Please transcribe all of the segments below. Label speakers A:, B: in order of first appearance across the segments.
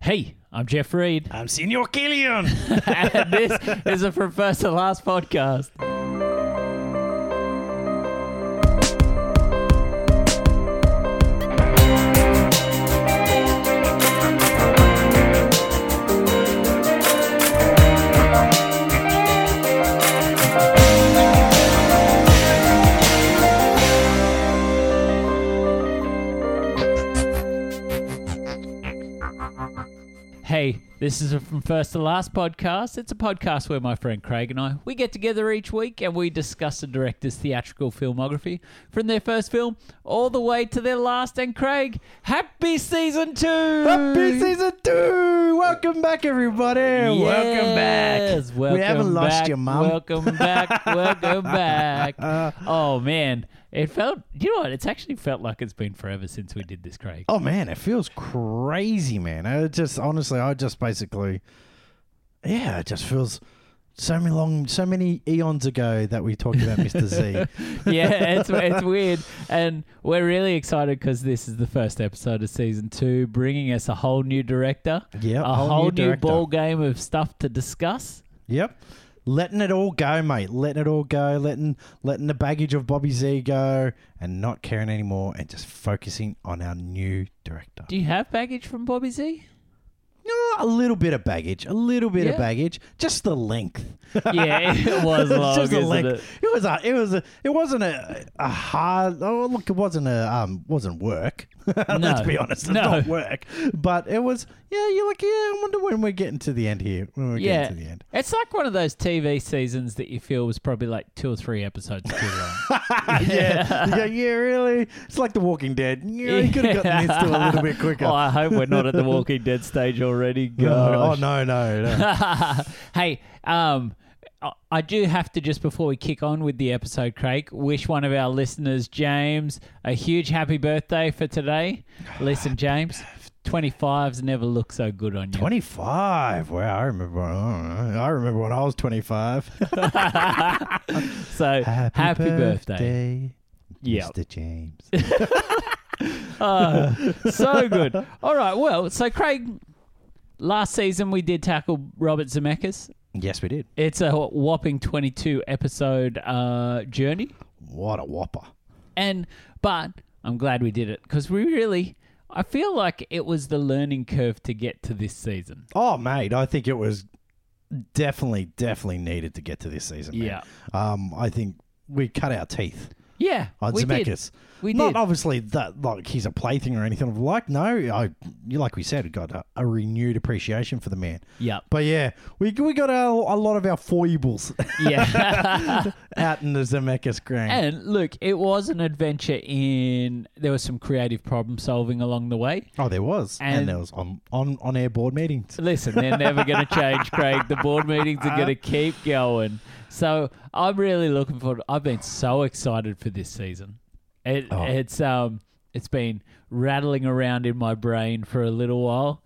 A: Hey, I'm Jeff Reed,
B: I'm Senior Killian.
A: and this is a From First to Last podcast. Hey, this is a From First to Last podcast. It's a podcast where my friend Craig and I we get together each week and we discuss a director's theatrical filmography from their first film all the way to their last. And Craig, happy season two!
B: Happy season two! Welcome back, everybody. Welcome
A: Yes,
B: back.
A: welcome
B: we haven't
A: back,
B: lost your mom.
A: Welcome back. welcome back.
B: Uh,
A: oh man, it felt. You know what? It's actually felt like it's been forever since we did this, Craig.
B: oh man, it feels crazy, man. I just honestly, I just basically, yeah, it just feels so many long, so many eons ago that we talked about Mr. Z.
A: yeah, it's it's weird, and we're really excited because this is the first episode of season two, bringing us a whole new director,
B: Yep,
A: a whole, new,
B: director.
A: ball game of stuff to discuss.
B: Yep. Letting it all go, mate. Letting it all go. Letting letting the baggage of Bobby Z go, and not caring anymore, and just focusing on our new director.
A: Do you have baggage from Bobby Z?
B: No, a little bit of baggage, a little bit
A: Yeah.
B: of baggage, just the length.
A: yeah, it was long,
B: just the
A: isn't
B: length.
A: it?
B: It was a, it was a, it wasn't a, a hard. Oh, look, it wasn't a, um, wasn't work. Let's be honest, it's
A: No.
B: not work. But it was, yeah. You're like, yeah. I wonder when we're getting to the end here. When we're
A: Yeah,
B: getting to the end.
A: it's like one of those TV seasons that you feel was probably like two or three episodes too long.
B: yeah, you go, yeah, really. It's like The Walking Dead. Yeah, you could have gotten this to a little bit quicker.
A: oh, I hope we're not at the Walking Dead stage already.
B: No, oh
A: Gosh.
B: no, no, no.
A: hey, um, I- I do have to just before we kick on with the episode, Craig, wish one of our listeners, James, a huge happy birthday for today. Listen, James, 25s never look so good on you.
B: 25. Wow, I remember. When, I remember when I was 25.
A: so happy, birthday. Yeah.
B: Mr. James.
A: Oh, so good. All right. Well, so Craig, last season we did tackle Robert Zemeckis.
B: yes, we did.
A: It's a whopping 22 episode uh, journey.
B: What a whopper!
A: And but I'm glad we did it because we really, I feel like it was the learning curve to get to this season.
B: Oh, mate, I think it was definitely, definitely needed to get to this season. man. Um, I think we cut our teeth
A: yeah,
B: on
A: we did.
B: Zemeckis.
A: We
B: Not
A: did.
B: obviously that like he's a plaything or anything of the like. No, I you like we said, got a, a renewed appreciation for the man.
A: Yeah,
B: But yeah, we we got a, a lot of our foibles
A: yeah.
B: out in the Zemeckis grain.
A: and look, it was an adventure. In there was some creative problem solving along the way.
B: oh, there was, and,
A: and-
B: there was on on on air board meetings.
A: Listen, they're never going to change, Craig. The board meetings are going to keep going. So I'm really looking forward. I've been so excited for this season. It,
B: Oh.
A: It's um, it's been rattling around in my brain for a little while.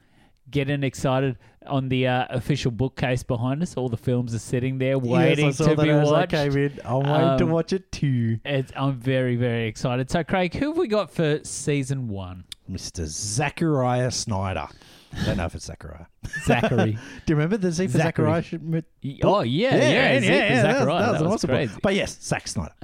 A: Getting excited on the uh, official bookcase behind us. All the films are sitting there waiting
B: yes, I saw
A: to
B: that
A: be
B: as
A: watched.
B: I came in. I'm waiting to
A: Um,
B: watch it too.
A: It's, I'm very, very excited. So, Craig, who have we got for season one?
B: Mr. Zachariah Snyder. I don't know if it's Zachariah.
A: Zachary.
B: Do you remember the Z for
A: Zachary.
B: Zachariah? sh- m-
A: oh, yeah, yeah,
B: yeah,
A: Zeke
B: yeah, that was-
A: Zachariah.
B: that was an awesome one.
A: crazy.
B: But yes, Zack Snyder.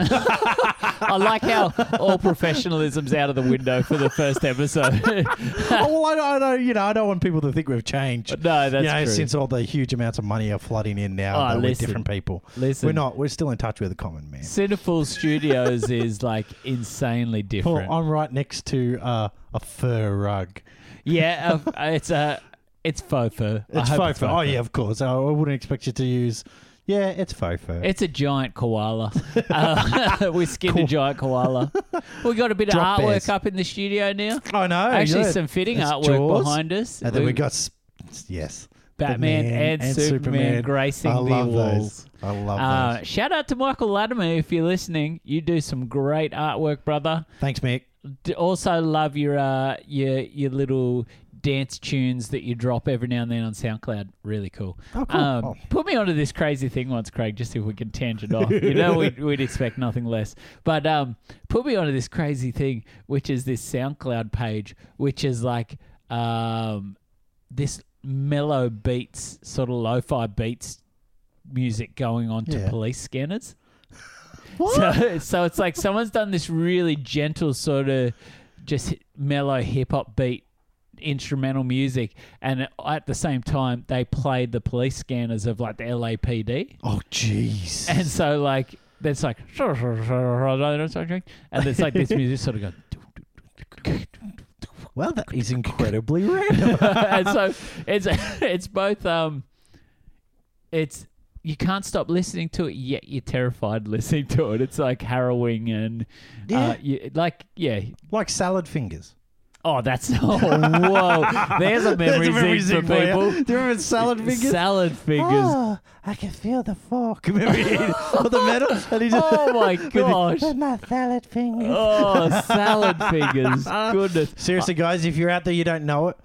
A: I like how all professionalism's out of the window for the first episode.
B: oh, well, I don't, I don't, you know, I don't want people to think we've changed.
A: no, that's
B: you know,
A: true.
B: since all the huge amounts of money are flooding in now,
A: Oh,
B: though, with
A: listen.
B: different people.
A: Listen,
B: We're not. We're still in touch with the common man.
A: Cinefool Studios is like insanely
B: Well,
A: different.
B: I'm right next to uh, a fur rug.
A: yeah, uh, it's a it's faux fur. I
B: It's
A: hope
B: faux fur. Oh yeah, of course. I, I wouldn't expect you to use. Yeah, it's faux fur.
A: It's a giant koala. Uh, we skinned a giant koala. We got a bit
B: Drop
A: of artwork
B: bears.
A: up in the studio now.
B: I know.
A: Actually,
B: yeah.
A: some fitting
B: It's
A: artwork
B: Jaws.
A: behind us.
B: And then we,
A: We've
B: got s- yes,
A: Batman
B: The Man
A: and, Superman, gracing
B: I
A: the
B: love those.
A: walls.
B: I love
A: Uh,
B: those.
A: shout out to Michael Latimer if you're listening. You do some great artwork, brother.
B: Thanks, Mick.
A: D- also love your uh, your your little dance tunes that you drop every now and then on SoundCloud. Really cool.
B: Oh, cool.
A: Um,
B: Oh.
A: Put me onto this crazy thing once, Craig, just if we can tangent off. You know, we'd, we'd expect nothing less. But um, put me onto this crazy thing, which is this SoundCloud page, which is like um, this mellow beats, sort of lo-fi beats music going on to
B: Yeah.
A: police scanners. So, so it's like someone's done this really gentle sort of just mellow hip hop beat instrumental music, and at the same time they played the police scanners of like the LAPD,
B: Oh, jeez.
A: and so like it's like and it's like this music sort of going.
B: Well, that is incredibly
A: Uh,
B: random.
A: and so it's it's both um it's you can't stop listening to it yet you're terrified listening to it it's like harrowing and uh,
B: Yeah.
A: you, like yeah
B: like salad fingers.
A: oh that's oh whoa there's a memory, zing for people
B: Do you remember salad fingers?
A: salad fingers
B: Oh, I can feel the fork. Remember he- or the metal? And he just,
A: oh my
B: with his-
A: gosh
B: with my salad fingers.
A: oh salad fingers goodness
B: Seriously, guys, if you're out there, you don't know it.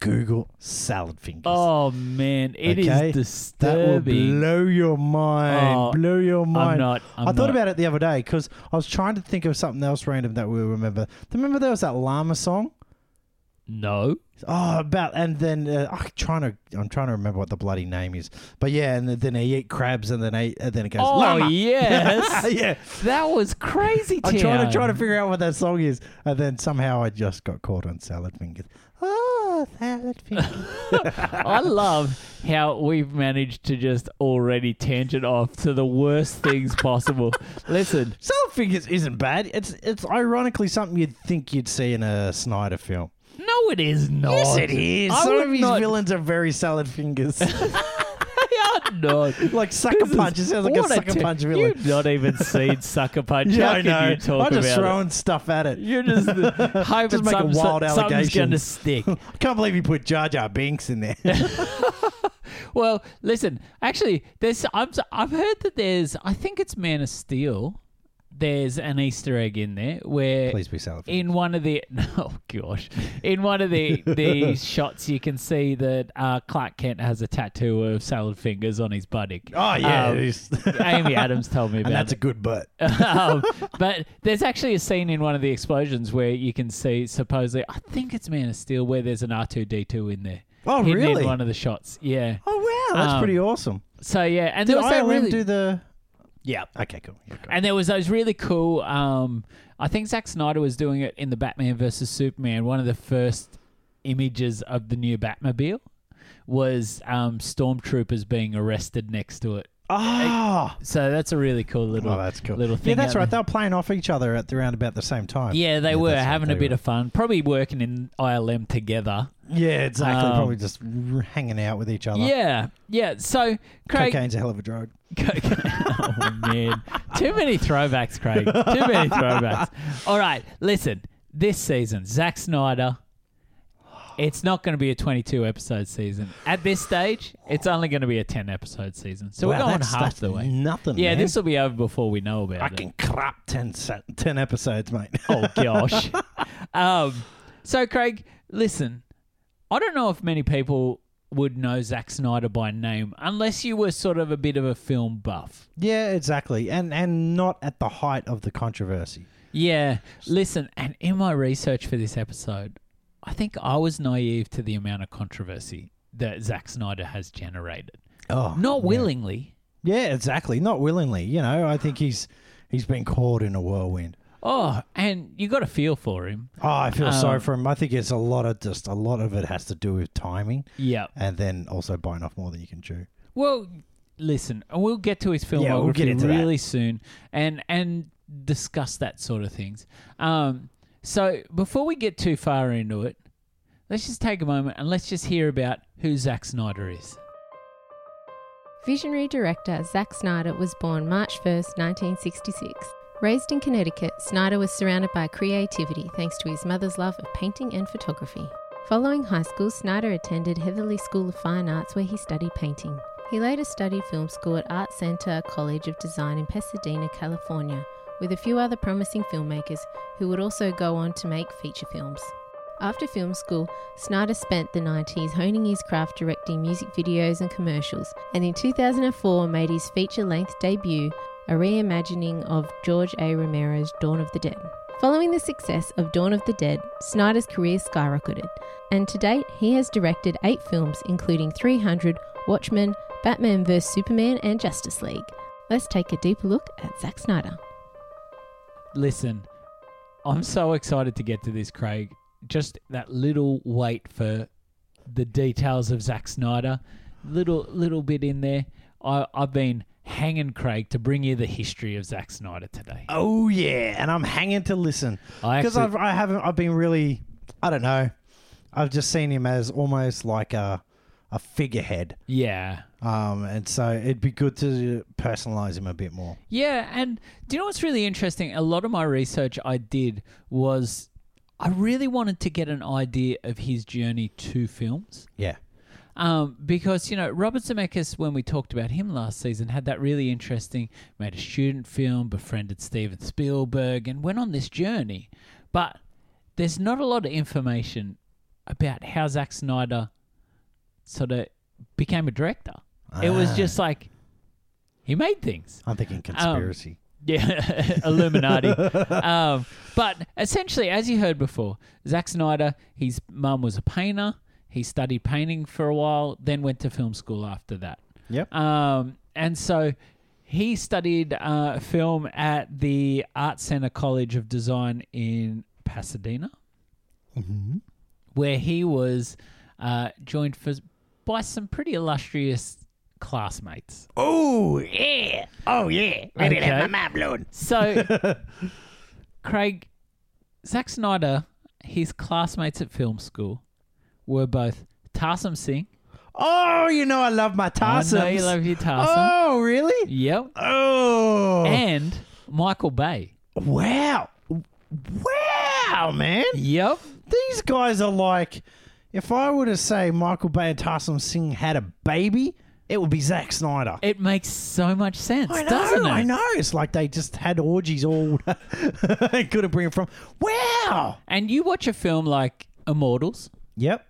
B: Google salad fingers.
A: oh man it is
B: Okay, that will
A: disturbing
B: blow your mind.
A: Oh,
B: blow your
A: i'm
B: mind.
A: not I'm
B: I thought
A: not.
B: about it the other day because I was trying to think of something else random that we remember. Remember there was that llama song?
A: no
B: Oh, about and then uh, I'm trying to I'm trying to remember what the bloody name is. But yeah, and then they eat crabs and then they and then it goes.
A: oh
B: llama.
A: yes
B: yeah.
A: That was crazy.
B: I'm trying to
A: Town.
B: try to figure out what that song is, and then somehow I just got caught on salad fingers. Oh, salad fingers.
A: I love how we've managed to just already tangent off to the worst things possible. Listen,
B: salad fingers isn't bad. It's it's ironically something you'd think you'd see in a Snyder film.
A: no, it is not. Oh, I
B: Some
A: would
B: of his
A: not.
B: villains are very salad fingers.
A: They are not.
B: like sucker
A: This is-
B: punch. It sounds like a
A: what
B: sucker
A: ter-
B: punch villain.
A: You've not even seen sucker punch.
B: yeah,
A: How
B: I
A: can
B: know.
A: You talk
B: I'm just
A: about
B: throwing stuff at
A: It?
B: it.
A: You're just hoping
B: Just making
A: some-
B: wild
A: something's going to
B: allegations.
A: stick.
B: I can't believe you put Jar Jar Binks in there.
A: Well, listen. Actually, there's I've I've heard that there's I think it's Man of Steel. There's an Easter egg in there where
B: Please be salad fingers.
A: in one of the oh gosh, in one of the the shots you can see that uh, Clark Kent has a tattoo of salad fingers on his buttock.
B: Oh yeah,
A: Um,
B: it is.
A: Amy Adams told me
B: and
A: about
B: that's a
A: it.
B: good butt.
A: um, but there's actually a scene in one of the explosions where you can see supposedly I think it's Man of Steel where there's an R two D two in there.
B: Oh,
A: Hidden
B: really?
A: In one of the shots, yeah.
B: Oh wow,
A: that's pretty
B: awesome.
A: So yeah, and
B: Did
A: there was that
B: ILM
A: really
B: do the?
A: yeah.
B: Okay, cool. Yeah, cool.
A: And there was those really cool. Um, I think Zack Snyder was doing it in the Batman versus Superman. One of the first images of the new Batmobile was um, stormtroopers being arrested next to it.
B: Ah,
A: So that's a really cool little
B: oh, that's cool.
A: little thing.
B: Yeah, that's
A: out
B: right. They
A: there.
B: were playing off each other at the round about the same time.
A: Yeah, they were
B: that's right,
A: having
B: they
A: a bit
B: were.
A: of fun, probably working in ILM together.
B: yeah, exactly.
A: Um,
B: Probably just r- hanging out with each other.
A: Yeah, yeah. So Craig,
B: cocaine's a hell of a drug.
A: Cocaine. oh man, too many throwbacks, Craig. Too many throwbacks. All right, listen. This season, Zack Snyder. It's not going to be a 22 episode season. At this stage, it's only going to be a 10 episode season. So
B: Wow,
A: we're going
B: that's-
A: half
B: that's
A: the way.
B: Nothing.
A: Yeah,
B: man.
A: this will be over before we know about
B: I
A: it.
B: can crap 10, se- 10 episodes, mate.
A: Oh gosh. um, so Craig, listen, I don't know if many people would know Zack Snyder by name unless you were sort of a bit of a film buff.
B: yeah, exactly. And and not at the height of the controversy.
A: Yeah. Listen, and in my research for this episode, I think I was naive to the amount of controversy that Zack Snyder has generated.
B: Oh,
A: Not willingly.
B: Yeah, exactly. Not willingly. You know, I think he's he's been caught in a whirlwind.
A: Oh, and you got a feel for him.
B: Oh, I feel
A: Um,
B: sorry for him. I think it's a lot of just a lot of it has to do with timing,
A: Yeah.
B: and then also biting off more than you can chew.
A: Well, listen, and we'll get to his filmography
B: Yeah, we'll get into that.
A: really soon, and and discuss that sort of things. Um, so before we get too far into it, let's just take a moment and let's just hear about who Zack Snyder is.
C: Visionary director Zack Snyder was born March 1st, 1966. Raised in Connecticut, Snyder was surrounded by creativity thanks to his mother's love of painting and photography. Following high school, Snyder attended Heatherley School of Fine Arts where he studied painting. He later studied film school at Art Center College of Design in Pasadena, California, with a few other promising filmmakers who would also go on to make feature films. After film school, Snyder spent the 90s honing his craft directing music videos and commercials, and in 2004 made his feature length debut, a reimagining of George A. Romero's Dawn of the Dead. Following the success of Dawn of the Dead, Snyder's career skyrocketed, and to date he has directed eight films, including 300, Watchmen, Batman vs Superman, and Justice League. Let's take a deeper look at Zack Snyder.
A: Listen, I'm so excited to get to this, Craig. Just that little wait for the details of Zack Snyder, little little bit in there. I, I've been hanging, Craig, to bring you the history of Zack Snyder today.
B: Oh yeah, and I'm hanging to listen
A: I
B: because
A: actually-
B: I've I haven't I've been really I don't know. I've just seen him as almost like a a figurehead,
A: yeah,
B: um, and so it'd be good to personalize him a bit more.
A: Yeah, and do you know what's really interesting? A lot of my research I did was I really wanted to get an idea of his journey to films.
B: Yeah,
A: Um, because, you know, Robert Zemeckis, when we talked about him last season, had that really interesting, made a student film, befriended Steven Spielberg, and went on this journey. But there's not a lot of information about how Zack Snyder sort of became a director. It was
B: Ah.
A: just like he made things.
B: I'm thinking conspiracy.
A: Yeah, Illuminati. um, but essentially, as you heard before, Zack Snyder, his mum was a painter. He studied painting for a while, then went to film school after that.
B: Yep.
A: Um, and so he studied uh, film at the Art Center College of Design in Pasadena, where he was uh, joined for, by some pretty illustrious classmates.
B: Oh yeah. Oh yeah.
A: Ready to have my
B: mind blown.
A: So, Craig, Zack Snyder, his classmates at film school were both Tarsim Singh.
B: Oh, you know I love my tarsums.
A: I know you love your Tarsim.
B: Oh really?
A: Yep.
B: Oh.
A: And Michael Bay.
B: Wow. Wow, man.
A: Yep.
B: These guys are like, if I were to say Michael Bay and Tarsim Singh had a baby, it would be Zack Snyder.
A: It makes so much sense,
B: I know,
A: doesn't it?
B: I know. It's like they just had orgies all they couldn't bring it from. Wow.
A: And you watch a film like Immortals,
B: Yep.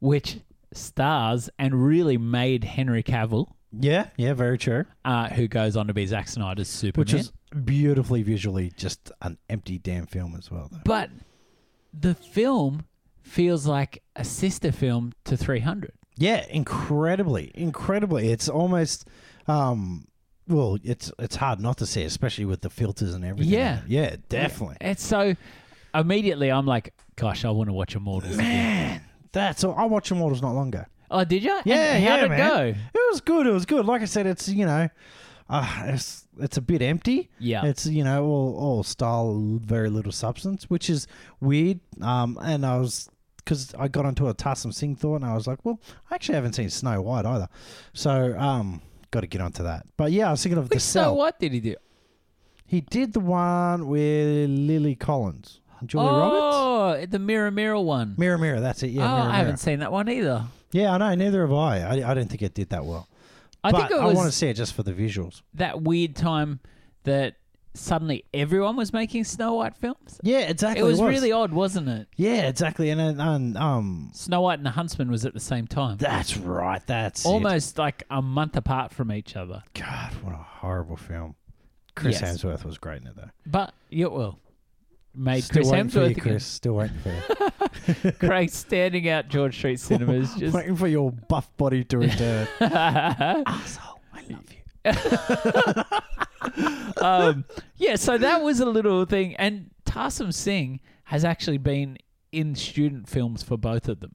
A: which stars and really made Henry Cavill,
B: Yeah. Yeah. Very true.
A: uh, who goes on to be Zack Snyder's Superman.
B: Which is beautifully visually just an empty damn film as well. Though.
A: but the film feels like a sister film to 300.
B: Yeah. Incredibly, incredibly. It's almost, um, well, it's it's hard not to see, especially with the filters and everything.
A: Yeah.
B: Yeah. Definitely.
A: And so immediately I'm like, gosh, I want to watch Immortals. again.
B: Man, that's all. I watched Immortals not long ago.
A: Oh, did you?
B: Yeah,
A: and how
B: yeah,
A: did
B: man.
A: it go?
B: It was good. It was good. Like I said, it's you know, uh, it's it's a bit empty.
A: Yeah.
B: it's you know all all style, very little substance, which is weird. Um, and I was because I got onto a Tassim Singh thought, and I was like, well, I actually haven't seen Snow White either, so um, got to get onto that. But yeah, I was thinking of the
A: Which so
B: cell.
A: what did he do?
B: He did the one with Lily Collins, Julie Roberts.
A: oh, the Mirror Mirror one.
B: Mirror, mirror, that's it. Yeah,
A: oh,
B: mirror, mirror.
A: I haven't seen that one either.
B: Yeah, I know. Neither have I. I, I don't think it did that well.
A: I
B: but
A: think it
B: I want to
A: was
B: see it just for the visuals.
A: that weird time that suddenly everyone was making Snow White films.
B: Yeah, exactly.
A: It was really odd, wasn't it?
B: Yeah, exactly. And, and, and um,
A: Snow White and the Huntsman was at the same time.
B: that's right. That's it.
A: Almost like a month apart from each other.
B: God, what a horrible film. Chris
A: Yes.
B: Hemsworth was great in it though.
A: But yeah, well, made
B: Still
A: Chris
B: waiting
A: Hemsworth
B: for you,
A: again.
B: Chris. Still waiting for you.
A: Craig standing out George Street Cinemas just
B: waiting for your buff body to return. Asshole, I love you.
A: um, yeah, so that was a little thing. And Tarsim Singh has actually been in student films for both of them.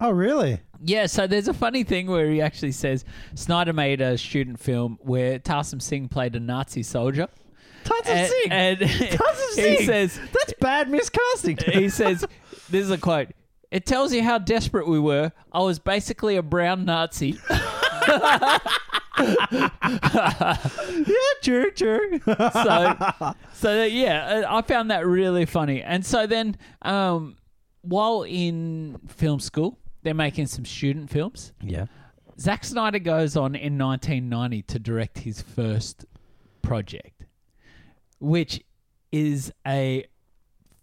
B: Oh, really?
A: Yeah, so there's a funny thing where he actually says Snyder made a student film where Tarsim Singh played a Nazi soldier.
B: Tons of
A: And,
B: Singh.
A: and
B: Tons of Singh.
A: he says,
B: that's bad miscasting.
A: he says, this is a quote. It tells you how desperate we were. I was basically a brown Nazi.
B: yeah, true, true.
A: so, so that- yeah, I I found that really funny. And so then, um, while in film school, they're making some student films.
B: yeah.
A: Zack Snyder goes on in 1990 to direct his first project, which is a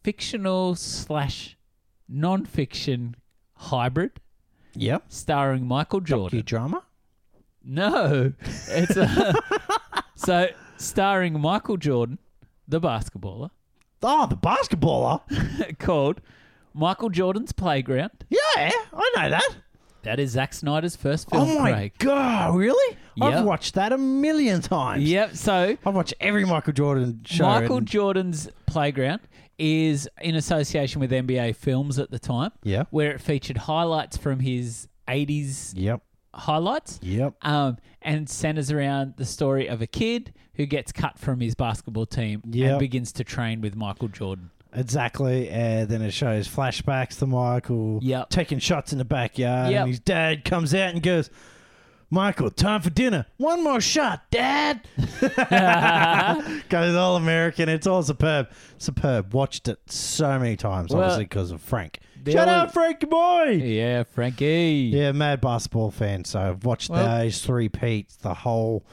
A: fictional slash non-fiction hybrid
B: Yep.
A: starring Michael Jordan.
B: Docudrama?
A: No, it's a, so starring Michael Jordan, the basketballer,
B: Oh, the basketballer.
A: called Michael Jordan's Playground.
B: Yeah, I know that.
A: That is Zack Snyder's first film,
B: Oh my
A: Craig.
B: god, really?
A: Yep.
B: I've watched that a million times.
A: Yep. So
B: I've watched every Michael Jordan show.
A: Michael
B: and-
A: Jordan's Playground is in association with NBA Films at the time,
B: Yeah.
A: where it featured highlights from his 80s
B: Yep.
A: highlights.
B: Yep.
A: Um, and centers around the story of a kid who gets cut from his basketball team and
B: Yep.
A: begins to train with Michael Jordan.
B: Exactly. And then it shows flashbacks to Michael
A: Yep.
B: taking shots in the backyard.
A: Yep.
B: And his dad comes out and goes, Michael, time for dinner. One more shot, Dad. goes all American. It's all superb. Superb. Watched it so many times,
A: Well,
B: obviously, because of Frank.
A: the
B: Shout
A: only-
B: out, Frankie boy.
A: Yeah, Frankie.
B: Yeah, mad basketball fan. So I've watched
A: Well-
B: those three Pete's, the whole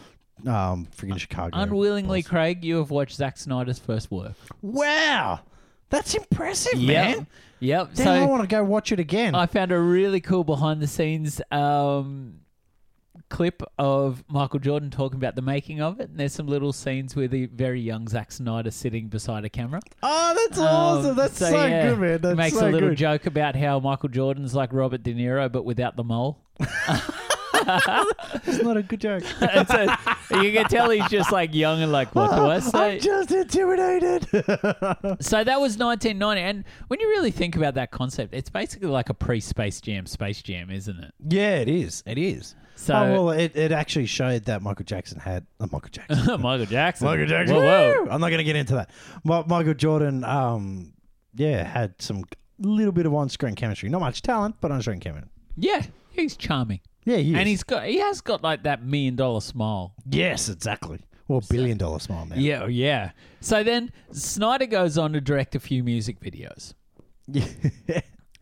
B: um, freaking Chicago.
A: Unwillingly,
B: Bulls.
A: Craig, you have watched Zack Snyder's first work.
B: Wow. That's impressive, man.
A: Yep.
B: Damn, I
A: so
B: want to go watch it again.
A: I found a really cool behind the scenes um, clip of Michael Jordan talking about the making of it. And there's some little scenes with the very young Zack Snyder sitting beside a camera.
B: Oh, that's
A: Um,
B: awesome. That's so,
A: yeah,
B: good, man. That's
A: makes
B: so
A: a little
B: good.
A: joke about how Michael Jordan's like Robert De Niro, but without the mole.
B: It's not a good joke.
A: And so you can tell he's just like young and like, what do I say?
B: I'm just intimidated.
A: So that was 1990. And when you really think about that concept, it's basically like a pre Space Jam, Space Jam, isn't it?
B: yeah, it is. It is.
A: So-
B: oh, well, it, it actually showed that Michael Jackson had uh, Michael Jackson.
A: Michael Jackson.
B: Michael Jackson.
A: Whoa, whoa.
B: Woo! I'm not going to get into that. Mi- Michael Jordan, um, yeah, had some little bit of on-screen chemistry. Not much talent, but on-screen chemistry.
A: Yeah, he's charming.
B: Yeah, he
A: And
B: is.
A: he's got he has got like that million dollar smile.
B: yes, exactly. Well, billion dollar smile now.
A: Yeah, oh, yeah. So then Snyder goes on to direct a few music videos.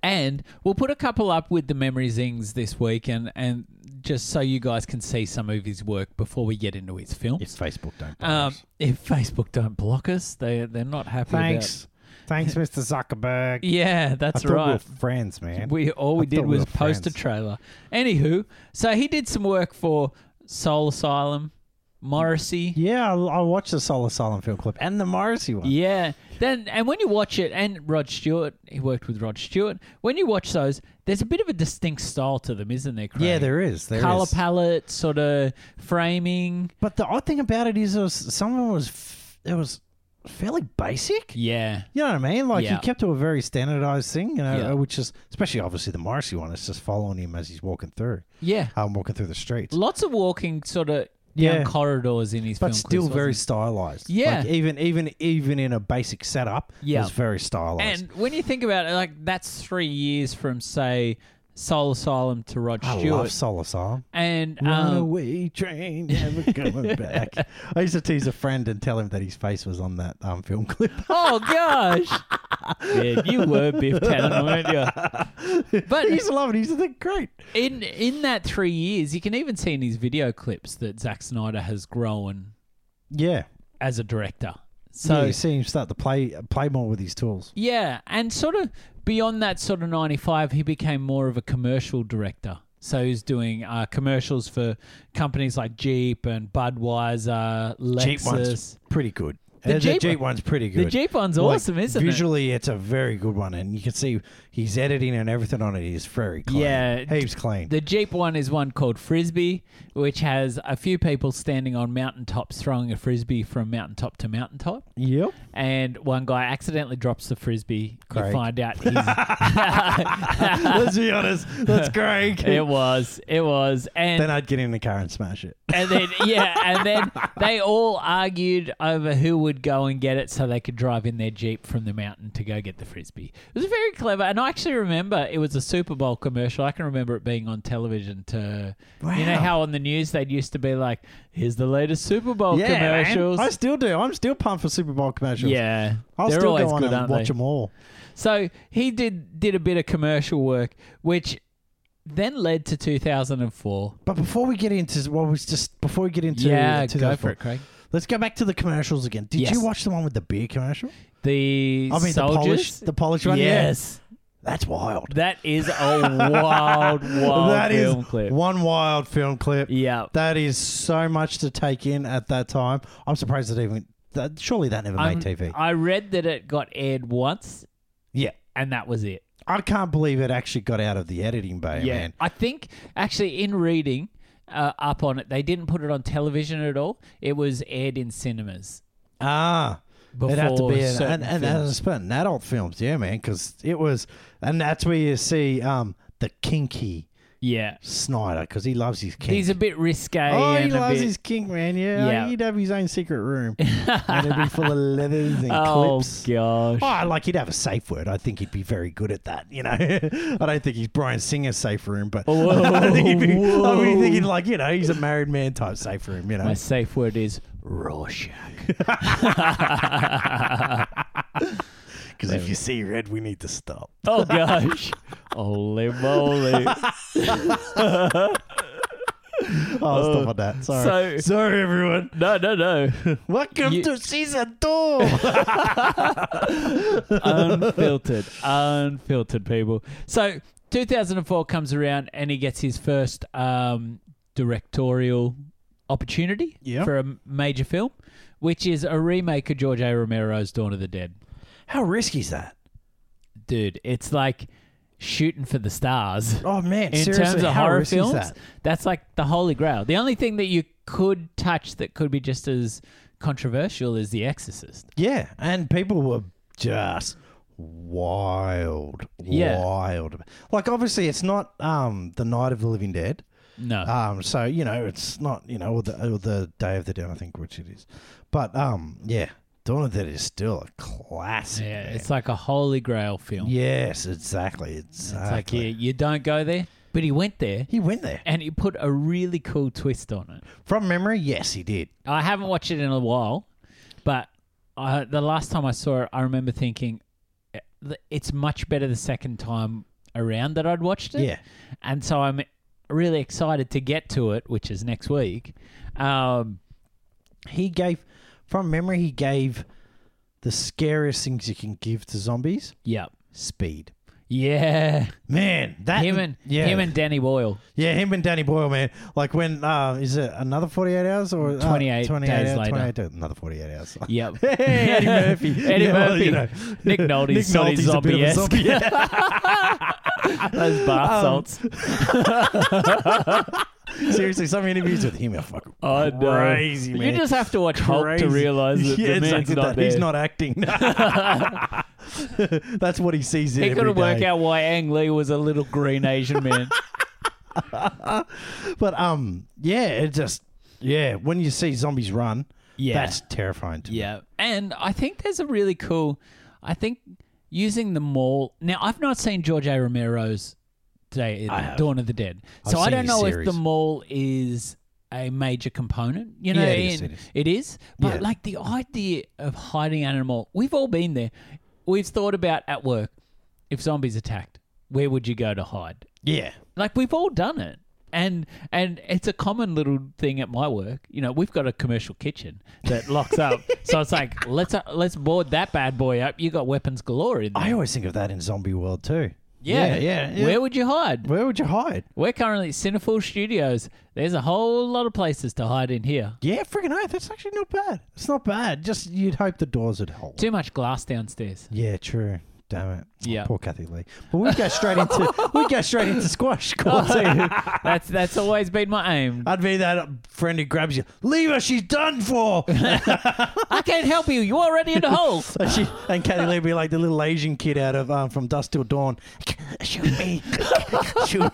A: And we'll put a couple up with the memory zings this week and, and just so you guys can see some of his work before we get into his films.
B: if Facebook don't. ban
A: Um,
B: us.
A: if Facebook don't block us, they they're not happy. about-
B: thanks, thanks, Mr. Zuckerberg.
A: yeah,
B: I
A: that's
B: thought we were
A: right.
B: friends, man.
A: We all we
B: I
A: did
B: thought we
A: was
B: were
A: post a
B: friends.
A: trailer. Anywho, so he did some work for Soul Asylum, Morrissey.
B: Yeah, I, I watched the Solar Asylum film clip and the Morrissey one.
A: Yeah. Then and when you watch it and Rod Stewart, he worked with Rod Stewart. When you watch those, there's a bit of a distinct style to them, isn't there? Craig?
B: Yeah, there is. There
A: color
B: is.
A: palette, sort of framing.
B: but the odd thing about it is, it was, some of it was f- it was fairly basic.
A: Yeah.
B: You know what I mean? Like
A: Yeah.
B: he kept to a very standardized thing, you know,
A: Yeah.
B: which is especially obviously the Morrissey one. It's just following him as he's walking through.
A: Yeah.
B: I'm walking through the streets,
A: Lots of walking sort of down
B: Yeah.
A: corridors in his film.
B: but still
A: Chris,
B: very
A: wasn't
B: stylized.
A: Yeah.
B: like even even even in a basic setup,
A: Yeah.
B: it was very stylized.
A: And when you think about it, like that's three years from say Soul Asylum to Rod
B: I
A: Stewart,
B: love Solar Asylum.
A: and um,
B: Runaway train, never coming back. I used to tease a friend and tell him that his face was on that um, film clip.
A: oh gosh, yeah, you were Biff Tannen, weren't you? But
B: he used to love it. He used to think, great.
A: in in that three years, you can even see in his video clips that Zack Snyder has grown
B: Yeah.
A: as a director.
B: So
A: So
B: you see him start to play play more with his tools.
A: Yeah, and sort of beyond that sort of 95, he became more of a commercial director. So he's doing uh, commercials for companies like Jeep and Budweiser, Lexus.
B: Jeep one's pretty good. Uh, The,
A: Jeep-
B: Jeep, one's pretty
A: The
B: good.
A: Jeep one's
B: Like,
A: awesome, isn't
B: Visually, it's a very good one, and you can see his editing and everything on it is very clean.
A: Yeah.
B: heaps clean.
A: it? The Jeep one is one called Frisbee, which has a few people standing on mountaintops throwing a Frisbee from mountaintop to mountaintop.
B: yep.
A: And one guy accidentally drops the Frisbee. You
B: Craig.
A: find out he's.
B: Let's be honest. That's Craig.
A: it was. It was. And
B: then I'd get in the car and smash it.
A: And then yeah, and then they all argued over who would go and get it so they could drive in their Jeep from the mountain to go get the frisbee. It was very clever and I actually remember it was a Super Bowl commercial. I can remember it being on television to you know
B: Wow.
A: how on the news they'd used to be like, Here's the latest Super Bowl
B: man.
A: commercials.
B: I still do. I'm still pumped for Super Bowl commercials.
A: yeah.
B: I'll
A: They're
B: still
A: always
B: go on
A: good,
B: and
A: aren't
B: watch
A: they?
B: them all.
A: So he did did a bit of commercial work, which then led to two thousand and four.
B: But before we get into well, we just before we get into
A: Yeah,
B: to
A: go
B: those-
A: for it, Craig.
B: Let's go back to the commercials again. Did
A: Yes.
B: you watch the one with the beer commercial?
A: The
B: I mean, the polish,
A: soldiers,
B: the polish one. yeah.
A: Yes.
B: that's wild.
A: That is a wild, wild
B: That is
A: film clip.
B: one wild film clip.
A: yeah.
B: That is so much to take in at that time. I'm surprised it even That, surely that never
A: I'm-
B: made TV.
A: I read that it got aired once,
B: yeah.
A: and that was it.
B: I can't believe it actually got out of the editing bay,
A: yeah,
B: man.
A: I think actually in reading uh, up on it, they didn't put it on television at all. It was aired in cinemas.
B: Ah. It'd have to
A: before
B: be an,
A: certain
B: and, and
A: films.
B: that's been adult films, yeah, man, because it was, and that's where you see um the kinky
A: Yeah,
B: Snyder because he loves his kink.
A: he's a bit risque.
B: oh, he
A: and a
B: loves
A: bit-
B: his kink, man. Yeah,
A: Yeah.
B: he'd have his own secret room, and it'd be full of leathers and
A: Oh
B: clips.
A: gosh.
B: Oh, like he'd have a safe word. I think he'd be very good at that. You know, I don't think he's Brian Singer's safe room, but I think he'd be. I
A: whoa.
B: mean, thinking like you know, he's a married man type safe room. You know,
A: My safe word is Rorschach.
B: because if you see red, we need to stop.
A: Oh gosh. Holy moly.
B: Oh, stop on that. Sorry,
A: Uh, so-
B: sorry, everyone.
A: No, no, no.
B: Welcome
A: You-
B: to season two.
A: Unfiltered. Unfiltered people. So 2004 comes around and he gets his first um, directorial opportunity
B: Yeah.
A: for a major film, which is a remake of George A. Romero's Dawn of the Dead.
B: How risky is that?
A: Dude, it's like shooting for the stars.
B: Oh man,
A: in
B: seriously,
A: terms of
B: how
A: horror
B: risky is
A: films,
B: that?
A: that's like the holy grail. The only thing that you could touch that could be just as controversial is The Exorcist.
B: Yeah, and people were just wild,
A: Yeah.
B: wild. Like obviously, it's not um the Night of the Living Dead.
A: No.
B: Um, so you know, it's not you know, or the or the Day of the Dead, I think, which it is. But um, yeah, Dawn of the Dead is still a classic.
A: yeah,
B: man.
A: it's like a holy grail film.
B: yes, exactly, exactly.
A: It's like you, you don't go there, but he went there
B: He went there
A: and he put a really cool twist on it.
B: from memory. Yes, he did.
A: I haven't watched it in a while, but uh, the last time I saw it, I remember thinking "Eh, th- it's much better the second time around that I'd watched it.
B: Yeah.
A: and so I'm really excited to get to it, which is next week. Um,
B: He gave from memory. He gave the scariest things you can give to zombies:
A: yeah,
B: speed.
A: yeah.
B: Man, that
A: him and
B: yeah,
A: him and Danny Boyle.
B: yeah, him and Danny Boyle, man. Like when uh, is it another forty eight hours or uh,
A: 28 days
B: hours,
A: later.
B: 28 days- another forty eight hours.
A: Yep.
B: Hey, Eddie Murphy,
A: Eddie
B: Yeah, well,
A: Murphy.
B: you know.
A: Nick Nolte's sort of
B: Nolte's a bit of a
A: zombie-esque.
B: zombie, yeah.
A: Those bath
B: Um,
A: salts.
B: Seriously, some interviews with him are fucking
A: I know.
B: crazy, man.
A: You just have to watch Hulk to
B: Crazy.
A: realize that
B: Yeah,
A: the
B: it's
A: man's
B: like
A: not
B: that.
A: there.
B: He's not acting. That's what he sees.
A: He
B: every
A: couldn't work
B: day.
A: out why Ang Lee was a little green Asian man.
B: But um, yeah, it just yeah. When you see zombies run,
A: Yeah.
B: that's terrifying. To me.
A: Yeah. And I think there's a really cool I think using the mall now I've not seen George A. Romero's Day
B: I have.
A: Dawn of the Dead.
B: I've
A: so I
B: seen
A: don't
B: his
A: know
B: series.
A: if the mall is a major component. You know,
B: Yeah, it is,
A: in-
B: it is.
A: it is. But
B: Yeah.
A: like the idea of hiding animal, we've all been there. We've thought about at work, if zombies attacked, where would you go to hide?
B: yeah.
A: like we've all done it and and it's a common little thing at my work you know we've got a commercial kitchen that locks up so it's like let's uh, let's board that bad boy up you got weapons galore in there
B: I always think of that in zombie world too.
A: yeah.
B: Oh, yeah, yeah. yeah.
A: where would you hide
B: Where would you hide?
A: we're currently at cinefool studios there's a whole lot of places to hide in here
B: Yeah, freaking oath. That's actually not bad. It's not bad. Just you'd hope the doors would hold.
A: too much glass downstairs
B: yeah, true. Damn it. Oh,
A: Yeah.
B: Poor Kathy Lee. But we go straight into we go straight into squash. Call too.
A: that's that's always been my aim
B: I'd be that friend who grabs you. Leave her. She's done for. and,
A: i can't help you you're already in the hole
B: she, and Kathy Lee would be like the little Asian kid out of um, from Dust Till Dawn. Shoot me. Shoot.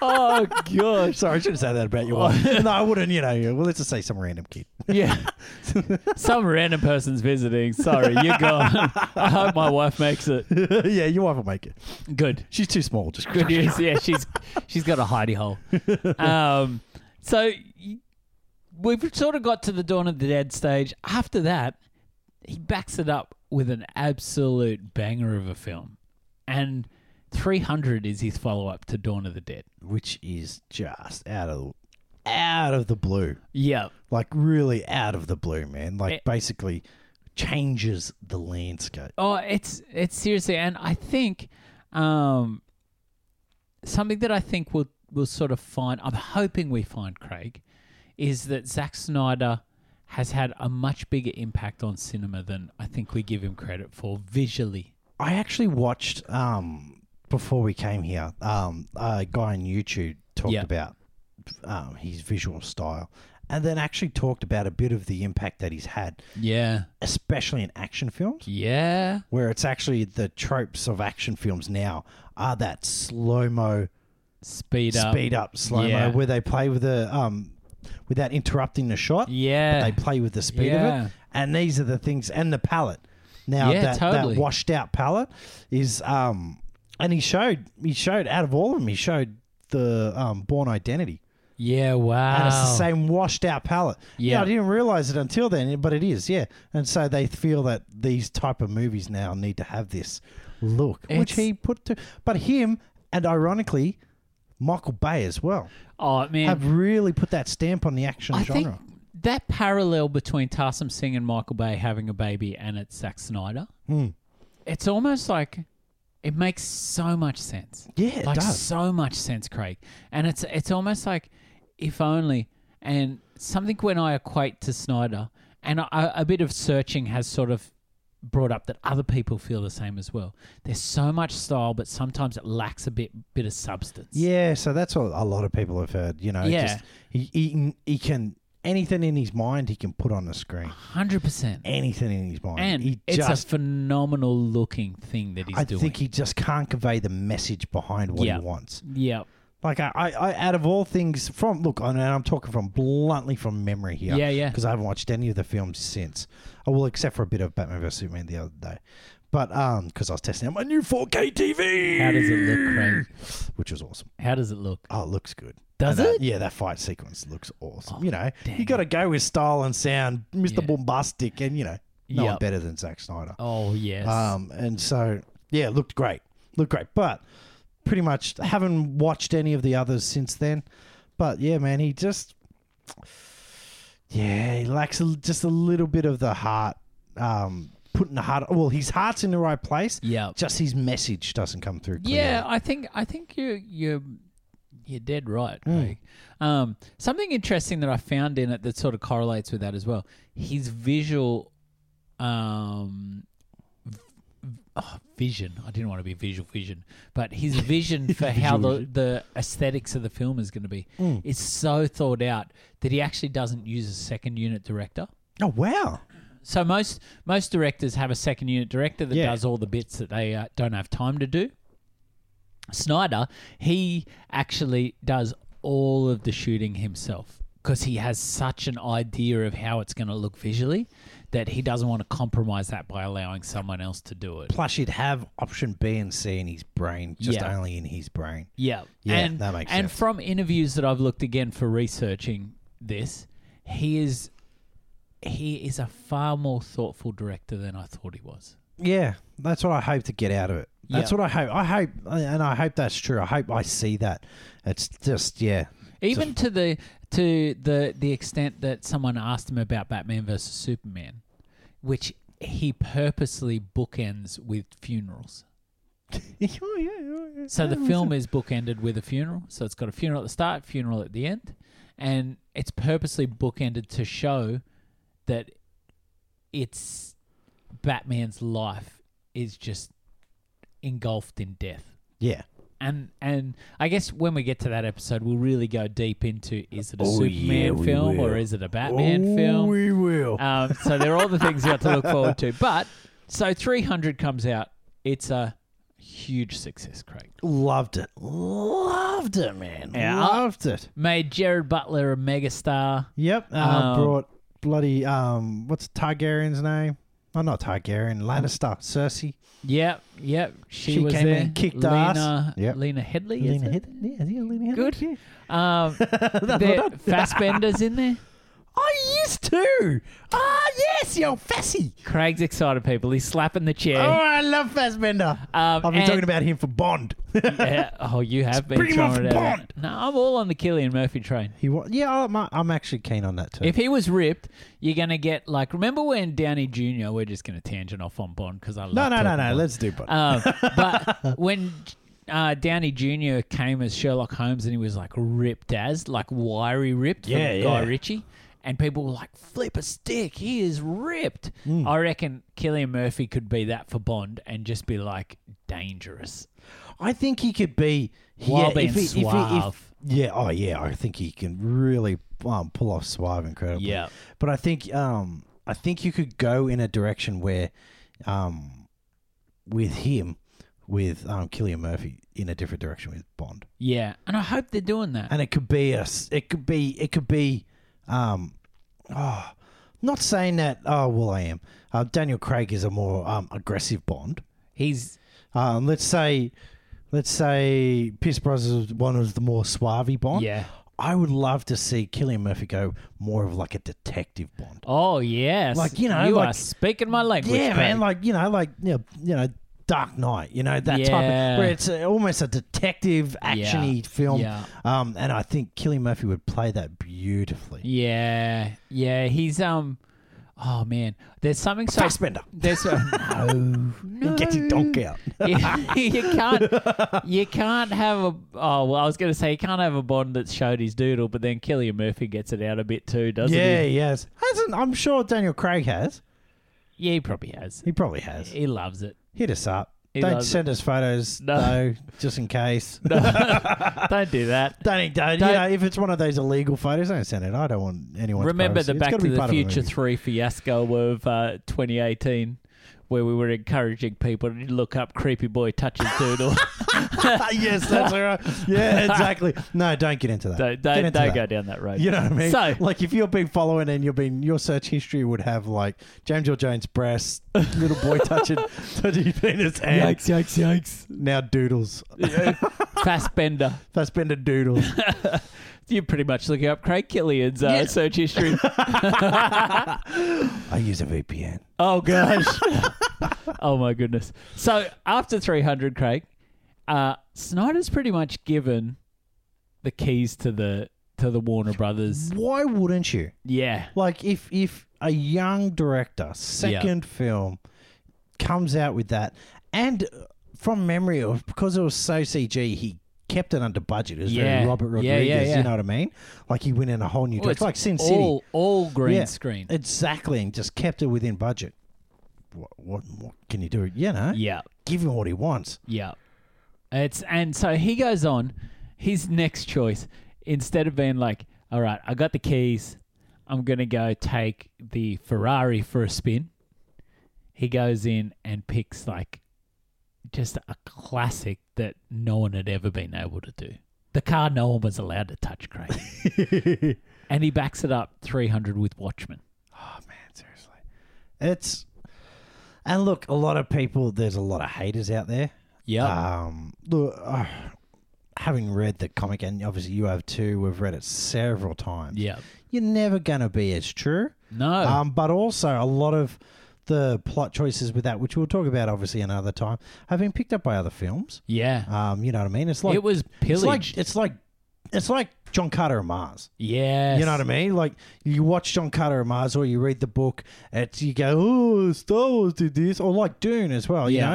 A: oh gosh Oh.
B: Sorry, I shouldn't say that about your wife. no, I wouldn't. You know. Well, let's just say some random kid.
A: Yeah. Some random person's visiting. Sorry, you're gone. I hope my wife makes it.
B: yeah, your wife will make it.
A: Good.
B: She's too small. Just
A: Good news. Yeah, she's she's got a hidey hole. Um, so y- we've sort of got to the Dawn of the Dead stage. After that, he backs it up with an absolute banger of a film. And 300 is his follow up to Dawn of the Dead.
B: which is just out of out of the blue.
A: Yeah.
B: Like really out of the blue, man. Like
A: It-
B: basically changes the landscape.
A: Oh, it's it's seriously, and I think um, something that I think we'll we'll sort of find. I'm hoping we find Craig is that Zack Snyder has had a much bigger impact on cinema than I think we give him credit for visually.
B: I actually watched um before we came here. Um, a guy on YouTube talked
A: Yeah.
B: about um, his visual style, and then actually talked about a bit of the impact that he's had,
A: Yeah.
B: especially in action films,
A: Yeah.
B: where it's actually the tropes of action films now are that slow mo,
A: Speed up.
B: speed up, slow mo,
A: Yeah.
B: where they play with the um without interrupting the shot.
A: Yeah.
B: They play with the speed
A: Yeah.
B: of it, and these are the things, and the palette. Now
A: Yeah,
B: that,
A: totally.
B: that washed out palette is, um, and he showed he showed out of all of them, he showed the um, Born Identity,
A: yeah. Wow.
B: and it's the same washed out palette.
A: Oh. Yeah.
B: I didn't realize it until then, but it is, yeah. And so they feel that these type of movies now need to have this look, which
A: It's-
B: he put to, but him and ironically. Michael Bay as well
A: Oh man.
B: have really put that stamp on the action
A: I
B: genre.
A: think that parallel between Tarsim Singh and Michael Bay having a baby and it's Zack Snyder,
B: Hmm.
A: it's almost like it makes so much sense.
B: Yeah, it
A: like
B: does.
A: so much sense, Craig. And it's it's almost like if only and something when I equate to Snyder and I, a bit of searching has sort of brought up that other people feel the same as well. There's so much style, but sometimes it lacks a bit bit of substance.
B: Yeah, so that's what a lot of people have heard. You know,
A: Yeah.
B: just he, he can- he can anything in his mind he can put on the screen.
A: hundred percent.
B: Anything in his mind,
A: And
B: he
A: it's a
B: just
A: phenomenal looking thing that he's
B: I
A: doing.
B: think he just can't convey the message behind what
A: Yeah.
B: he wants.
A: yeah.
B: Like I, I, I, out of all things, from look, and I'm talking from bluntly from memory here.
A: Yeah, yeah.
B: Because I haven't watched any of the films since. Oh, well, except for a bit of Batman vs Superman the other day, but um, because I was testing out my new 4K TV.
A: How does it look, Craig?
B: Which was awesome.
A: How does it look?
B: Oh, it looks good.
A: Does
B: And that-
A: it? Oh,
B: yeah, that fight sequence looks awesome. you know, you got to go with style and sound, Mr.
A: Yeah.
B: Bombastic, and you know, no one
A: Yep.
B: better than Zack Snyder.
A: Oh yes.
B: Um, and so yeah, it looked great, looked great. But pretty much haven't watched any of the others since then. But yeah, man, he just yeah, he lacks a, just a little bit of the heart. Um, putting the heart. Well, his heart's in the right place.
A: yeah.
B: Just his message doesn't come through. Clearly.
A: Yeah, I think I think you you you're dead right. Craig. Um, something interesting that I found in it that sort of correlates with that as well. His visual, um, v- v- oh, vision. I didn't want to be visual vision, but his vision for how
B: Visual
A: the the aesthetics of the film is going to be is so thought out that he actually doesn't use a second unit director.
B: Oh wow.
A: So most most directors have a second unit director that
B: Yeah.
A: does all the bits that they uh, don't have time to do. Snyder, he actually does all of the shooting himself because he has such an idea of how it's going to look visually that he doesn't want to compromise that by allowing someone else to do it.
B: Plus, you'd have option B and C in his brain, just
A: Yeah.
B: only in his brain.
A: Yeah.
B: Yeah,
A: and,
B: that makes
A: And
B: sense.
A: from interviews that I've looked again for researching this, he is he is a far more thoughtful director than I thought he was.
B: Yeah, that's what I hope to get out of it. That's
A: Yeah.
B: what I hope. I hope, and I hope that's true. I hope I see that. It's just, yeah,
A: even to the to the the extent that someone asked him about Batman versus Superman, which he purposely bookends with funerals.
B: oh, yeah, oh, yeah.
A: So the film is bookended with a funeral. So it's got a funeral at the start, funeral at the end, and it's purposely bookended to show that it's Batman's life is just engulfed in death.
B: yeah,
A: And and I guess when we get to that episode, we'll really go deep into is it a
B: Oh, yeah,
A: Superman
B: we
A: film or
B: will.
A: is it a Batman
B: Oh,
A: film?
B: We will.
A: Um, so there are all the things you have to look forward to. But so 300 comes out. It's a huge success, Craig.
B: Loved it. Loved it, man.
A: Yeah.
B: Loved it.
A: Made Jared Butler a megastar.
B: Yep. Uh,
A: Um,
B: brought bloody um, what's Targaryen's name? Oh, not Targaryen. Lannister. Cersei.
A: Yep, yep. She,
B: She
A: was
B: came
A: there.
B: in, kicked
A: Lena,
B: ass. Yep.
A: Lena Headley. is
B: Lena
A: it?
B: Headey. Yeah, yeah, Lena Headey.
A: Good.
B: Yeah.
A: Um, there- Fassbender's in there.
B: I used to. Ah, yes, yo, Fassy.
A: Craig's excited, people. He's slapping the chair.
B: Oh, I love Fassbender.
A: Um,
B: Oh. I've been
A: and-
B: talking about him for Bond.
A: yeah. Oh, you have been
B: pretty much
A: throwing it out.
B: Bond.
A: No, I'm all on the Killian Murphy train.
B: he wa- yeah, I'm, I'm actually keen on that too.
A: If he was ripped, you're gonna get like. Remember when Downey Jr. We're just gonna tangent off on Bond because I love.
B: no, no, no,
A: talking
B: no.
A: Bond.
B: Let's do Bond.
A: Um, but when uh, Downey Jr. came as Sherlock Holmes and he was like ripped as, like wiry ripped, from
B: Yeah,
A: Guy
B: yeah.
A: Ritchie, and people were like, flip a stick, he is ripped.
B: Hmm.
A: I reckon Killian Murphy could be that for Bond and just be like dangerous.
B: I think he could be
A: While
B: yeah,
A: being
B: if he- if he- if-
A: suave.
B: yeah, oh yeah, I think he can really um, pull off suave incredibly.
A: Yeah.
B: but I think um, I think you could go in a direction where, um, with him, with um, Killian Murphy, in a different direction with Bond,
A: Yeah. And I hope they're doing that.
B: and it could be a, s- it could be, it could be, um, oh, not saying that. Oh well, I am. Uh, Daniel Craig is a more um, aggressive Bond.
A: He's
B: Um, let's say, let's say Pierce Brothers one of the more suave Bond.
A: Yeah.
B: I would love to see Killian Murphy go more of like a detective Bond.
A: Oh yes.
B: Like, you know,
A: you
B: like-
A: are speaking my language.
B: yeah, man.
A: Craig.
B: Like you know, like you know, you know Dark Knight. You know that type
A: Yeah.
B: of where it's uh almost a detective actiony film.
A: Yeah.
B: Um, and I think Killian Murphy would play that beautifully.
A: Yeah. Yeah. He's um oh man. There's something so
B: Fassbender,
A: there's a, no, no.
B: get your donk out.
A: you, you can't you can't have a oh well I was gonna say you can't have a Bond that showed his doodle, but then Killian Murphy gets it out a bit too, doesn't
B: yeah,
A: he?
B: yes. Hasn't I'm sure Daniel Craig has.
A: Yeah, he probably has.
B: He probably has.
A: He loves it.
B: Hit us up.
A: He
B: Don't
A: loves
B: send us photos
A: No.
B: though, just in case.
A: Don't do that.
B: Don't, don't,
A: Don't-
B: you know, if it's one of those illegal photos, don't send it. I don't want anyone.
A: Remember the
B: to post it. It's
A: Back
B: gotta
A: to
B: be
A: the
B: part of a
A: Future
B: movie.
A: 3 fiasco of uh, 2018, where we were encouraging people to look up Creepy Boy Touches Doodle.
B: yes, that's all right. Yeah, exactly. No, don't get into that.
A: don't
B: Get
A: don't,
B: into
A: don't
B: that.
A: go down that road.
B: You know what I mean?
A: So-
B: like, if you've been following and you've been, your search history would have like James Earl Jones' breasts, little boy touching, touching his penis, and
A: yikes, yikes.
B: now doodles.
A: Fassbender.
B: Fassbender doodles.
A: You're pretty much looking up Craig Killian's uh,
B: Yeah.
A: search history.
B: I use a VPN.
A: oh, gosh. oh, my goodness. So after 300, Craig, uh, Snyder's pretty much given the keys to the to the Warner Brothers.
B: Why wouldn't you?
A: Yeah.
B: Like if if a young director second film comes out with that, and uh, from memory, it was because it was so CG, he kept it under budget. It was
A: Yeah.
B: very Robert
A: Yeah, yeah,
B: Rodriguez.
A: yeah.
B: You know what I mean? Like he went in a whole new
A: Well,
B: direction, like Sin City,
A: all, all green
B: Yeah.
A: screen.
B: exactly, and just kept it within budget. What what, what can you do? You know,
A: Yeah,
B: give him what he wants.
A: yeah. It's and so he goes on. His next choice, instead of being like, "All right, I got the keys. I'm gonna go take the Ferrari for a spin," he goes in and picks like just a classic that no one had ever been able to do. The car no one was allowed to touch, Craig. and he backs it up 300 with Watchmen.
B: Oh man, seriously, it's and look, a lot of people. There's a lot of haters out there.
A: Yeah.
B: Um, look, uh, having read the comic, and obviously you have too, we've read it several times.
A: yeah. Oh.
B: You're never going to be as true.
A: No.
B: Um, but also, a lot of the plot choices with that, which we'll talk about obviously another time, have been picked up by other films.
A: yeah.
B: Um, you know what I mean? It's like,
A: it was
B: it's
A: pillaged.
B: like, it's like, it's like John Carter of Mars.
A: Yes.
B: You know what I mean? Like you watch John Carter of Mars, or you read the book, and you go, "Oh, Star Wars did this," or like Dune as well.
A: Yeah.
B: You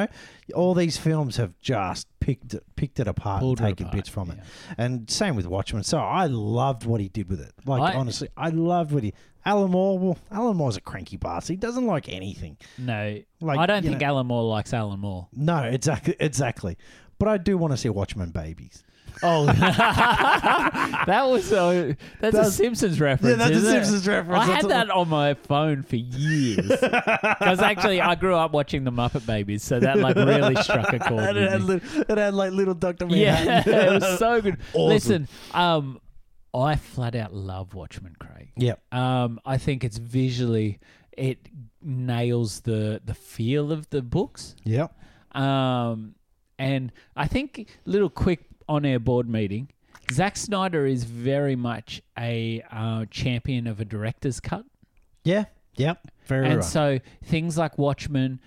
B: know, all these films have just picked picked it apart,
A: Pulled it
B: and taken
A: apart,
B: bits from it, and same with Watchmen. So I loved what he did with it. Like
A: I-
B: honestly, I loved what he. Alan Moore, well, Alan Moore's a cranky bastard. He doesn't like anything.
A: No,
B: Like,
A: I don't
B: you
A: think Alan Moore likes Alan Moore.
B: No, exactly, exactly. But I do want to see Watchmen babies.
A: Oh, that was a that's, a
B: That's-
A: Simpsons reference. isn't it?
B: reference.
A: I had that on my phone for years because actually I grew up watching the Muppet Babies, so that like really struck a chord.
B: And
A: with
B: it had,
A: me.
B: li- it had like little Doctor
A: yeah,
B: Manhattan.
A: it was so good.
B: Awesome.
A: Listen, um, I flat out love Watchmen, Craig.
B: Yep.
A: Um, I think it's visually it nails the the feel of the books.
B: Yep.
A: Um, and I think little quick on-air board meeting. Zack Snyder is very much a uh, champion of a director's cut,
B: Yeah. Yep. Very
A: and
B: right.
A: so things like Watchmen,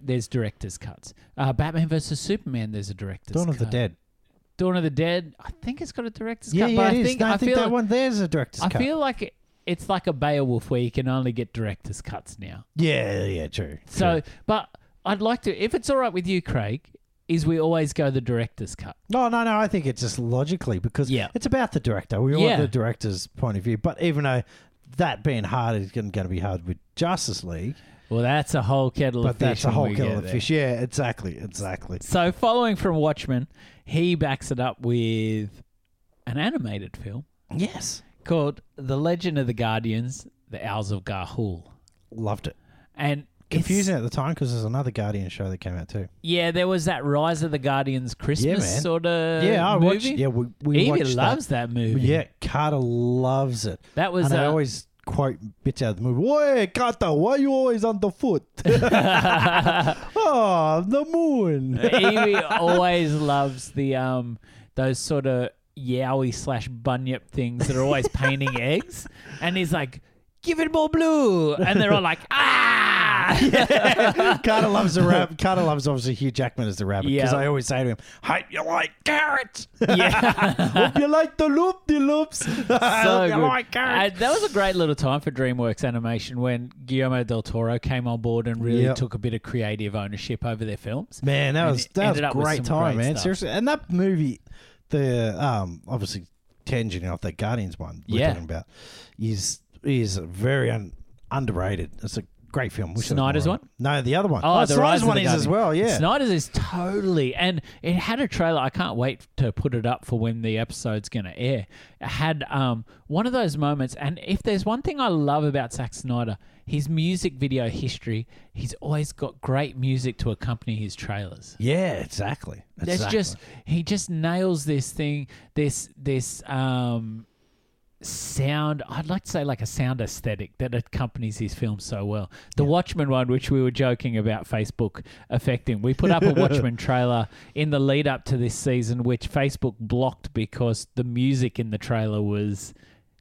A: there's director's cuts. Uh, Batman versus Superman, there's a director's
B: Dawn
A: cut.
B: of the Dead.
A: Dawn of the Dead. I think it's got a director's
B: Yeah,
A: cut,
B: yeah,
A: but
B: it
A: I
B: is.
A: think
B: No,
A: I feel
B: that
A: like,
B: one there's a director's
A: I
B: cut.
A: feel like it- it's like a Beowulf where you can only get director's cuts now.
B: yeah, yeah, true.
A: So,
B: true.
A: but I'd like to, if it's all right with you, Craig, is we always go the director's cut.
B: no, no, no. I think it's just logically because
A: Yeah.
B: it's about the director. We
A: Yeah.
B: want the director's point of view, but even though that being hard is going to be hard with Justice League,
A: Well, that's a whole kettle of
B: but
A: fish.
B: that's a
A: when
B: whole
A: we
B: kettle
A: get
B: of
A: there.
B: fish. Yeah, exactly, exactly.
A: So, following from Watchmen, he backs it up with an animated film
B: Yes,
A: called The Legend of the Guardians, The Owls of Ga'Hoole.
B: loved it.
A: And it's-
B: Confusing at the time because there's another Guardian show that came out too.
A: Yeah, there was that Rise of the Guardians Christmas
B: man.
A: sort of
B: yeah,
A: Uh,
B: I
A: movie.
B: watched. Yeah, we, we
A: Evie
B: watched
A: loves that,
B: that.
A: movie.
B: Yeah, Carter loves it.
A: that was
B: and I
A: uh,
B: always quote bits out of the movie. Why, Carter? Why are you always underfoot? oh, the moon.
A: Evie always loves the um those sort of yowie slash bunyip things that are always painting eggs, and he's like, "Give it more blue," and they're all like, "Ah!"
B: Carter loves the rabbit. Carter loves obviously Hugh Jackman as the rabbit because
A: Yeah.
B: I always say to him, "Hope you like carrots.
A: yeah.
B: Hope you like the loop de loops.
A: so
B: Hope you
A: good.
B: like carrots."
A: And that was a great little time for DreamWorks Animation when Guillermo del Toro came on board and really
B: Yep.
A: took a bit of creative ownership over their films.
B: man, that
A: and
B: was
A: it
B: that was
A: ended up with
B: great
A: some
B: time,
A: great
B: man.
A: stuff.
B: Seriously, and that movie, the um, obviously tangenting off that Guardians one we're
A: Yeah.
B: talking about, is is very un- underrated. It's a great film. We should have
A: Snyder's
B: more
A: one?
B: of it. No, the other one.
A: Oh, the
B: Snyder's
A: Rise of
B: one
A: the
B: is as
A: Guardian.
B: well. Yeah,
A: Snyder's is totally, and it had a trailer. I can't wait to put it up for when the episode's going to air. It had um, one of those moments, and if there's one thing I love about Zack Snyder, his music video history, he's always got great music to accompany his trailers.
B: yeah, exactly.
A: That's
B: exactly.
A: just he just nails this thing, this this um sound I'd like to say like a sound aesthetic that accompanies his film so well. The Watchmen one, which we were joking about Facebook affecting. We put up a Watchmen trailer in the lead up to this season, which Facebook blocked because the music in the trailer was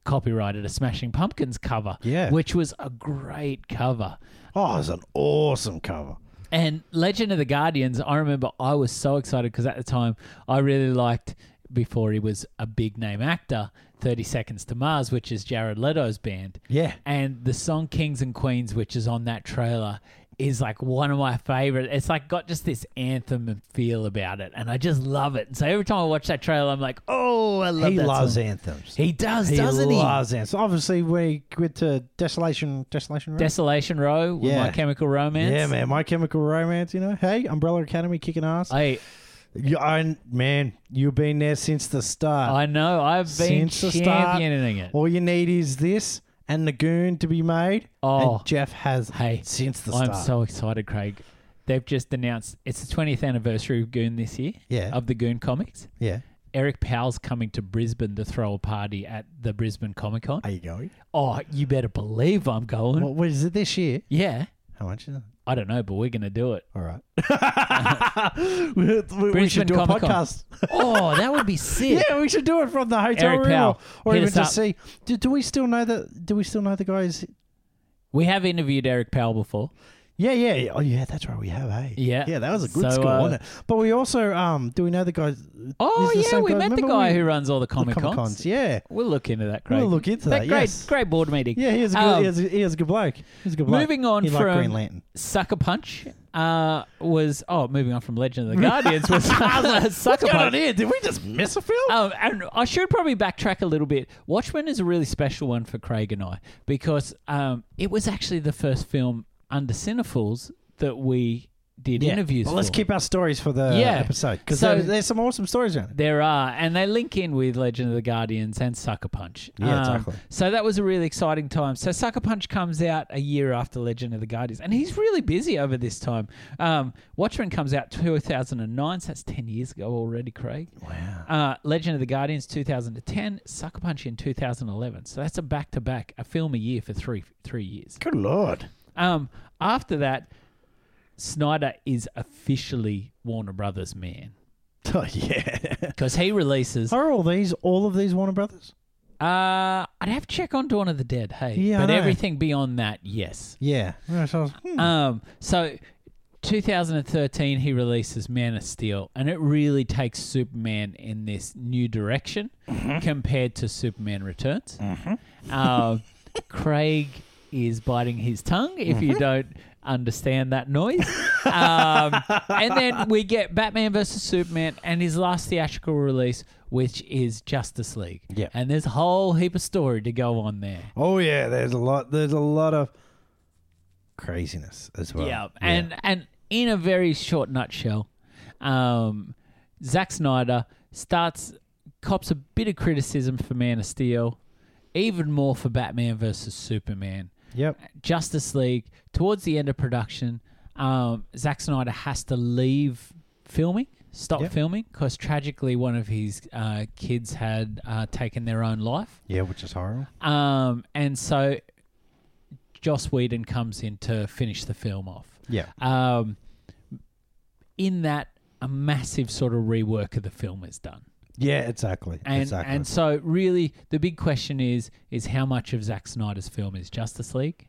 A: copyrighted a Smashing Pumpkins cover.
B: Yeah.
A: Which was a great cover.
B: oh, it's an awesome cover.
A: And Legend of the Guardians, I remember I was so excited because at the time I really liked before he was a big name actor, 30 Seconds to Mars, which is Jared Leto's band.
B: Yeah.
A: And the song Kings and Queens, which is on that trailer, is like one of my favorite. It's like got just this anthem and feel about it. And I just love it. And so every time I watch that trailer, I'm like, oh, I love
B: He
A: that
B: loves
A: song.
B: anthems.
A: He does, doesn't he?
B: loves anthems. Obviously, we went to Desolation, Desolation Road.
A: Desolation Row with My
B: Yeah.
A: Chemical Romance.
B: Yeah, man. My Chemical Romance, you know. Hey, Umbrella Academy kicking ass.
A: I,
B: You- I- man, you've been there since the start.
A: I know. I've been
B: Since the start,
A: championing it.
B: All you need is this and the goon to be made.
A: Oh.
B: and Jeff has
A: Hey,
B: since the
A: I'm
B: start.
A: so excited, Craig. They've just announced it's the 20th anniversary of Goon this year,
B: Yeah.
A: of the Goon comics.
B: yeah.
A: Eric Powell's coming to Brisbane to throw a party at the Brisbane Comic Con.
B: Are you going?
A: Oh, you better believe I'm going.
B: What, what is it this year?
A: yeah.
B: How much is it?
A: I don't know, but we're going to do it.
B: All right. we, we- we
A: Brisbane
B: should do
A: Comic
B: a
A: Con.
B: podcast.
A: Oh, that would be sick.
B: Yeah, we should do it from the hotel
A: Eric
B: room,
A: Powell,
B: or, or
A: hit
B: even
A: us
B: just see. Do, do we still know that? Do we still know the guys?
A: We have interviewed Eric Powell before.
B: Yeah, yeah, yeah. Oh, yeah, that's right. We have, hey.
A: Yeah.
B: yeah. That was a good
A: So,
B: score,
A: uh,
B: wasn't it? But we also, um, do we know the guys?
A: Oh,
B: is the
A: yeah.
B: same
A: We
B: guy-
A: met the
B: remember
A: guy
B: we-
A: who runs all the Comic
B: Comic
A: Cons.
B: Cons. Yeah,
A: We'll look into that, Craig.
B: we'll look into
A: great,
B: that. yes.
A: great board meeting.
B: Yeah, he was a good.
A: Um,
B: he, was a, he was a good bloke. He was a good bloke.
A: Moving on
B: he liked
A: from-
B: Green Lantern.
A: Sucker Punch uh, was oh, moving on from Legend of the Guardians was Sucker Punch.
B: here? Did we just miss a film?
A: Um, and I should probably backtrack a little bit. Watchmen is a really special one for Craig and I because um, it was actually the first film under Cinephiles that we did interviews.
B: Well, let's
A: for.
B: keep our stories for the
A: Yeah.
B: episode because
A: So-
B: there's some awesome stories around it.
A: There are, and they link in with Legend of the Guardians and Sucker Punch. Um,
B: Yeah, exactly.
A: So that was a really exciting time. So Sucker Punch comes out a year after Legend of the Guardians, and he's really busy over this time. Um, Watchmen comes out 2009, so that's 10 years ago already, Craig.
B: Wow.
A: Uh, Legend of the Guardians 2010, Sucker Punch in 2011. So that's a back to back, a film a year for three three years.
B: Good lord.
A: Um, after that, Snyder is officially Warner Brothers man
B: Oh, yeah.
A: because he releases
B: Are all these all of these Warner Brothers?
A: Uh, I'd have to check on Dawn of the Dead. Hey,
B: Yeah, I
A: but
B: know.
A: everything beyond that, yes.
B: Yeah. Right, so I was- hmm.
A: Um, so 2013 he releases Man of Steel, and it really takes Superman in this new direction
B: Mm-hmm.
A: compared to Superman Uh,
B: Mm-hmm.
A: Returns. Um, Craig is biting his tongue if you don't understand that noise. um, and then we get Batman versus Superman and his last theatrical release, which is Justice League.
B: Yeah.
A: And there's a whole heap of story to go on there.
B: Oh yeah, there's a lot. There's a lot of craziness as well.
A: yeah. And and in a very short nutshell, um, Zack Snyder starts cops a bit of criticism for Man of Steel, even more for Batman versus Superman.
B: yep.
A: Justice League towards the end of production, um, Zack Snyder has to leave filming, stop
B: Yep.
A: filming, because tragically one of his uh, kids had uh, taken their own life,
B: Yeah, which is horrible.
A: um, and so Joss Whedon comes in to finish the film off.
B: Yeah.
A: Um, in that, a massive sort of rework of the film is done.
B: Yeah, exactly.
A: And
B: exactly.
A: and so really the big question is is how much of Zack Snyder's film is Justice League?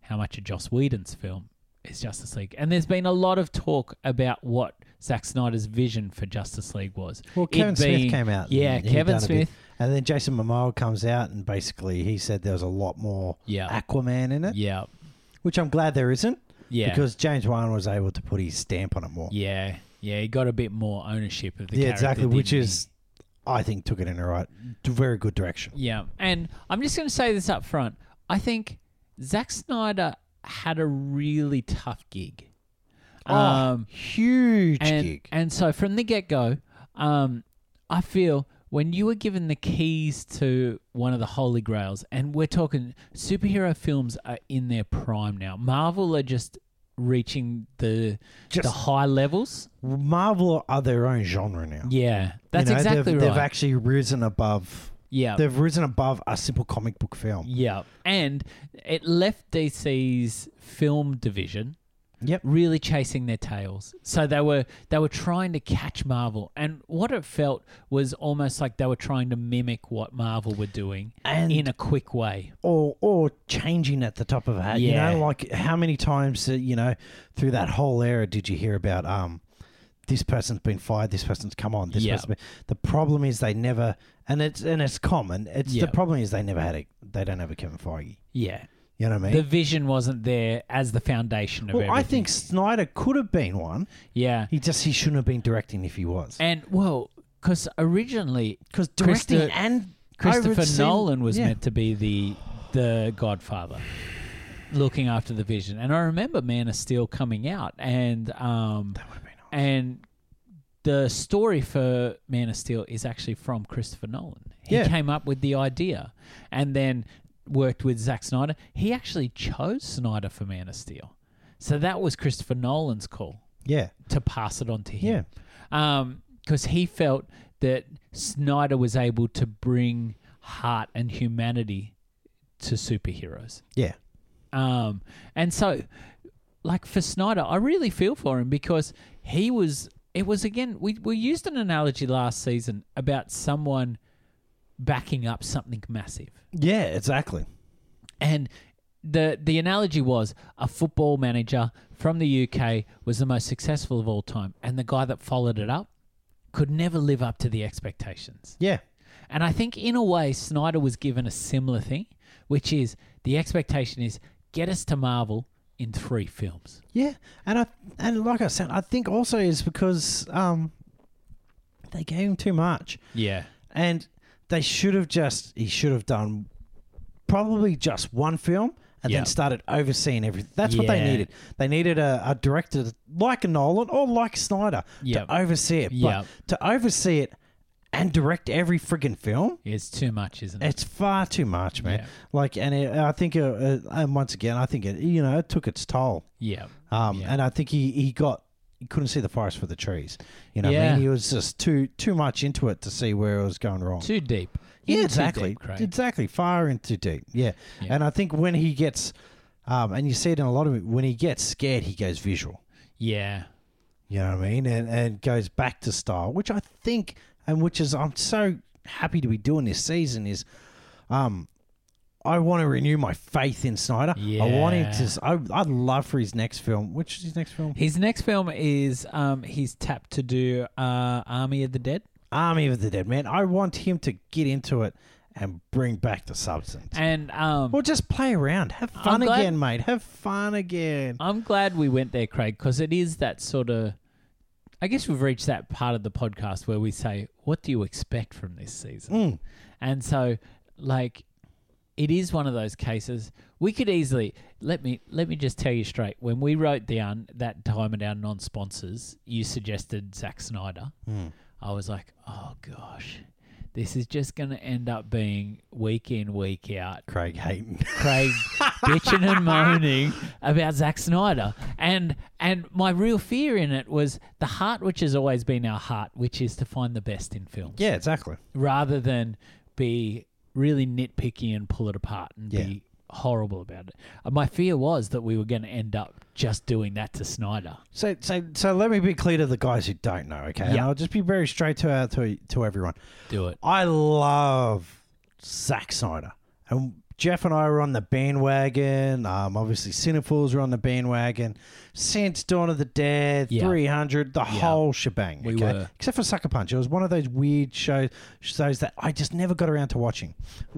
A: How much of Joss Whedon's film is Justice League? And there's been a lot of talk about what Zack Snyder's vision for Justice League was.
B: well,
A: It
B: Kevin
A: being-
B: Smith came out.
A: Yeah,
B: and Uh, he
A: Kevin
B: done a bit.
A: Smith.
B: And then Jason Momoa comes out and basically he said there was a lot more
A: Yeah.
B: Aquaman in it,
A: Yeah.
B: which I'm glad there isn't
A: Yeah.
B: because James Wan was able to put his stamp on it more.
A: yeah. Yeah, he got a bit more ownership of the
B: yeah
A: character,
B: exactly. Which
A: didn't he?
B: is, I think, took it in the right, very good direction.
A: Yeah. And I'm just going to say this up front. I think Zack Snyder had a really tough gig. Um,
B: oh, huge
A: and,
B: gig.
A: And so from the get go, um, I feel when you were given the keys to one of the holy grails, and we're talking superhero films are in their prime now. Marvel are just reaching the the
B: Just-
A: high levels.
B: Marvel are their own genre now.
A: Yeah,
B: You
A: that's
B: know,
A: exactly
B: they've,
A: right.
B: They've actually risen above.
A: yeah,
B: They've risen above a simple comic book film.
A: yeah, and it left DC's film division
B: Yep.
A: really chasing their tails. So they were they were trying to catch Marvel, and what it felt was almost like they were trying to mimic what Marvel were doing
B: And-
A: in a quick way.
B: or or changing at the top of a hat.
A: Yeah.
B: You know, like how many times uh, you know through that whole era did you hear about um this person's been fired, this person's come on, this
A: Yeah.
B: person's been, the problem is they never and it's and it's common. It's
A: Yeah.
B: the problem is they never had a they don't have a Kevin Feige.
A: Yeah,
B: You know what I
A: the
B: mean?
A: vision wasn't there as the foundation of
B: well,
A: everything.
B: I think Snyder could have been one.
A: yeah,
B: He just he shouldn't have been directing if he was.
A: and well, because originally
B: Because
A: Christo-
B: directing and
A: Christopher
B: I've seen-
A: Nolan was
B: yeah.
A: meant to be the the Godfather, looking after the vision. And I remember Man of Steel coming out, and um,
B: That would have been awesome.
A: and the story for Man of Steel is actually from Christopher Nolan. He
B: Yeah.
A: came up with the idea and then worked with Zack Snyder. He actually chose Snyder for Man of Steel. So that was Christopher Nolan's call
B: Yeah.
A: to pass it on to him. Yeah. Because Um, he felt that Snyder was able to bring heart and humanity to superheroes.
B: Yeah.
A: Um, and so, like for Snyder, I really feel for him because he was. It was again. We we used an analogy last season about someone backing up something massive,
B: Yeah, exactly.
A: and the the analogy was a football manager from the UK was the most successful of all time, and the guy that followed it up could never live up to the expectations.
B: Yeah.
A: And I think in a way, Snyder was given a similar thing, which is the expectation is get us to Marvel in three films.
B: Yeah, and I and like I said, I think also is because um, they gave him too much,
A: Yeah.
B: and they should have just he should have done probably just one film and
A: Yeah.
B: then started overseeing everything. That's what they
A: Yeah.
B: needed. They needed a, a director like a Nolan or like Snyder
A: Yeah.
B: to oversee it.
A: Yeah.
B: But to oversee it and direct every friggin' film.
A: It's too much, isn't it?
B: It's far too much, man.
A: Yeah.
B: Like, and it, I think, uh, uh, and once again, I think it, you know, it took its toll.
A: Yeah.
B: Um,
A: Yeah.
B: and I think he, he got he couldn't see the forest for the trees. You know, what I
A: Yeah.
B: mean, he was just too too much into it to see where it was going wrong.
A: Too deep.
B: yeah,
A: In too
B: exactly,
A: deep, Craig.
B: exactly, far and too deep. Yeah.
A: Yeah.
B: and I think when he gets, um, and you see it in a lot of it, when he gets scared, he goes visual.
A: yeah.
B: You know what I mean, and and goes back to style, which I think, and which is I'm so happy to be doing this season is, um. I want to renew my faith in Snyder. I want him
A: Yeah.
B: to. s- I, would love for his next film. Which is his next film?
A: His next film is um, he's tapped to do uh, Army of the Dead.
B: Army of the Dead, man. I want him to get into it and bring back the substance.
A: And um,
B: or just play around. Have fun
A: glad-
B: again, mate. Have fun again.
A: I'm glad we went there, Craig, because it is that sort of. I guess we've reached that part of the podcast where we say, "What do you expect from this season?"
B: Mm.
A: And so, like, it is one of those cases we could easily let me let me just tell you straight. When we wrote down that time at our non-sponsors, you suggested Zack Snyder. I was like, "Oh gosh." This is just going to end up being week in, week out.
B: Craig Hayton.
A: Craig bitching and moaning about Zack Snyder. And and my real fear in it was the heart which has always been our heart, which is to find the best in films.
B: yeah, exactly.
A: Rather than be really nitpicky and pull it apart and
B: Yeah.
A: be horrible about it. Uh, My fear was that we were going to end up just doing that to Snyder.
B: So, so, so let me be clear to the guys who don't know, okay? And
A: Yeah.
B: I'll just be very straight to out to to everyone.
A: Do it.
B: I love Zack Snyder, and Jeff and I were on the bandwagon. Um, obviously, Cinephiles were on the bandwagon since Dawn of the Dead,
A: Yeah.
B: 300, the whole shebang.
A: We
B: okay?
A: were.
B: except for Sucker Punch. It was one of those weird shows shows that I just never got around to watching.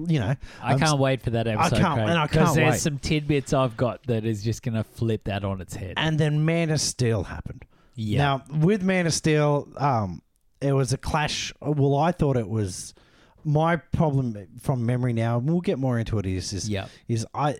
B: You know, Um,
A: I
B: I'm
A: can't wait for that episode.
B: can't-
A: Craig,
B: and I
A: 'cause
B: can't
A: there's
B: wait.
A: some tidbits I've got that is just going to flip that on its head.
B: and then Man of Steel happened.
A: Yeah.
B: Now with Man of Steel, um, it was a clash. Well, I thought it was my problem from memory. Now and we'll get more into it. Is is
A: Yep.
B: is I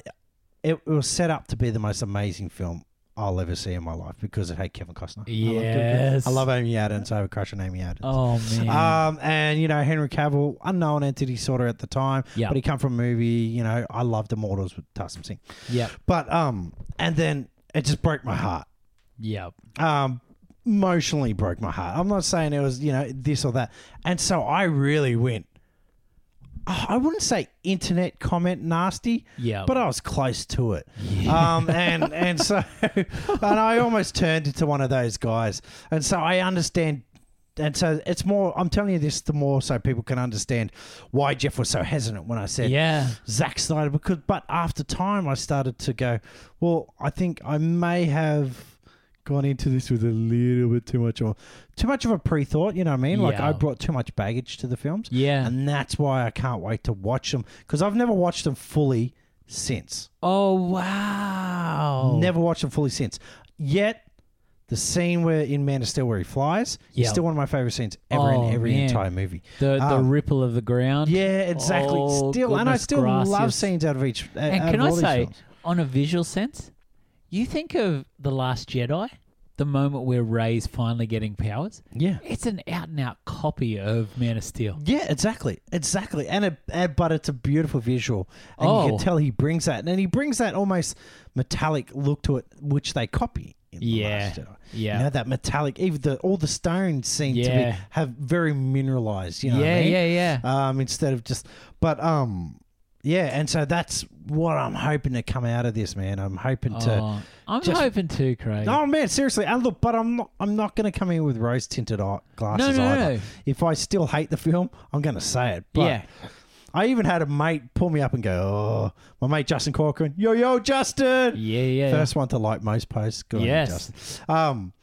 B: it was set up to be the most amazing film I'll ever see in my life because it had Kevin Costner.
A: Yes.
B: I love, I love Amy Adams. I have a crush on Amy Adams.
A: Oh man.
B: Um, and you know Henry Cavill, unknown entity sort of at the time,
A: Yeah.
B: but he come from a movie. You know, I loved Immortals with Tarsum Singh,
A: yep.
B: but um, and then it just broke my heart
A: Yep.
B: um, emotionally broke my heart. I'm not saying it was, you know, this or that. And so I really went, I wouldn't say internet comment nasty,
A: Yeah.
B: but I was close to it. Um, and, and so, and I almost turned into one of those guys. And so I understand. And so it's more, I'm telling you this the more so people can understand why Jeff was so hesitant when I said,
A: Yeah.
B: Zack Snyder because but after time I started to go, well, I think I may have gone into this with a little bit too much or too much of a pre thought, you know what I mean? Like
A: Yeah.
B: I brought too much baggage to the films.
A: Yeah.
B: And that's why I can't wait to watch them because I've never watched them fully since.
A: oh wow.
B: Never watched them fully since. Yet the scene where in Man of Steel where he flies
A: Yeah.
B: is still one of my favorite scenes ever
A: Oh,
B: in every
A: man.
B: entire movie.
A: the the
B: Um,
A: ripple of the ground.
B: Yeah, exactly.
A: Oh,
B: still, and I
A: goodness
B: still love
A: gracious.
B: scenes out of each. uh, out
A: And
B: of
A: can I
B: all these
A: say,
B: films.
A: on a visual sense, you think of the Last Jedi, the moment where Ray's finally getting powers.
B: yeah,
A: It's an out and out copy of Man of Steel.
B: Yeah, exactly, exactly, and it, and- but it's a beautiful visual, and you
A: Oh.
B: can tell he brings that, and he brings that almost metallic look to it, which they copy. In The
A: Yeah,
B: Last Jedi.
A: yeah.
B: You know that metallic, even the all the stones seem to
A: Yeah.
B: be have very mineralized. You know, what I
A: yeah,
B: mean?
A: yeah, yeah.
B: Um, instead of just, but um, yeah, and so that's what I'm hoping to come out of this, man. I'm hoping Um, to.
A: Oh, I'm
B: just-
A: hoping too, Craig.
B: Oh man, seriously, and look, but I'm not. I'm not going to come in with rose tinted
A: no,
B: glasses
A: no,
B: either.
A: no.
B: If I still hate the film, I'm going to say it. But
A: yeah.
B: I even had a mate pull me up and go, "Oh, my mate Justin Corcoran, yo yo Justin,
A: Yeah, yeah.
B: first one to like most posts." Good on you,
A: Yes.
B: Justin. Um,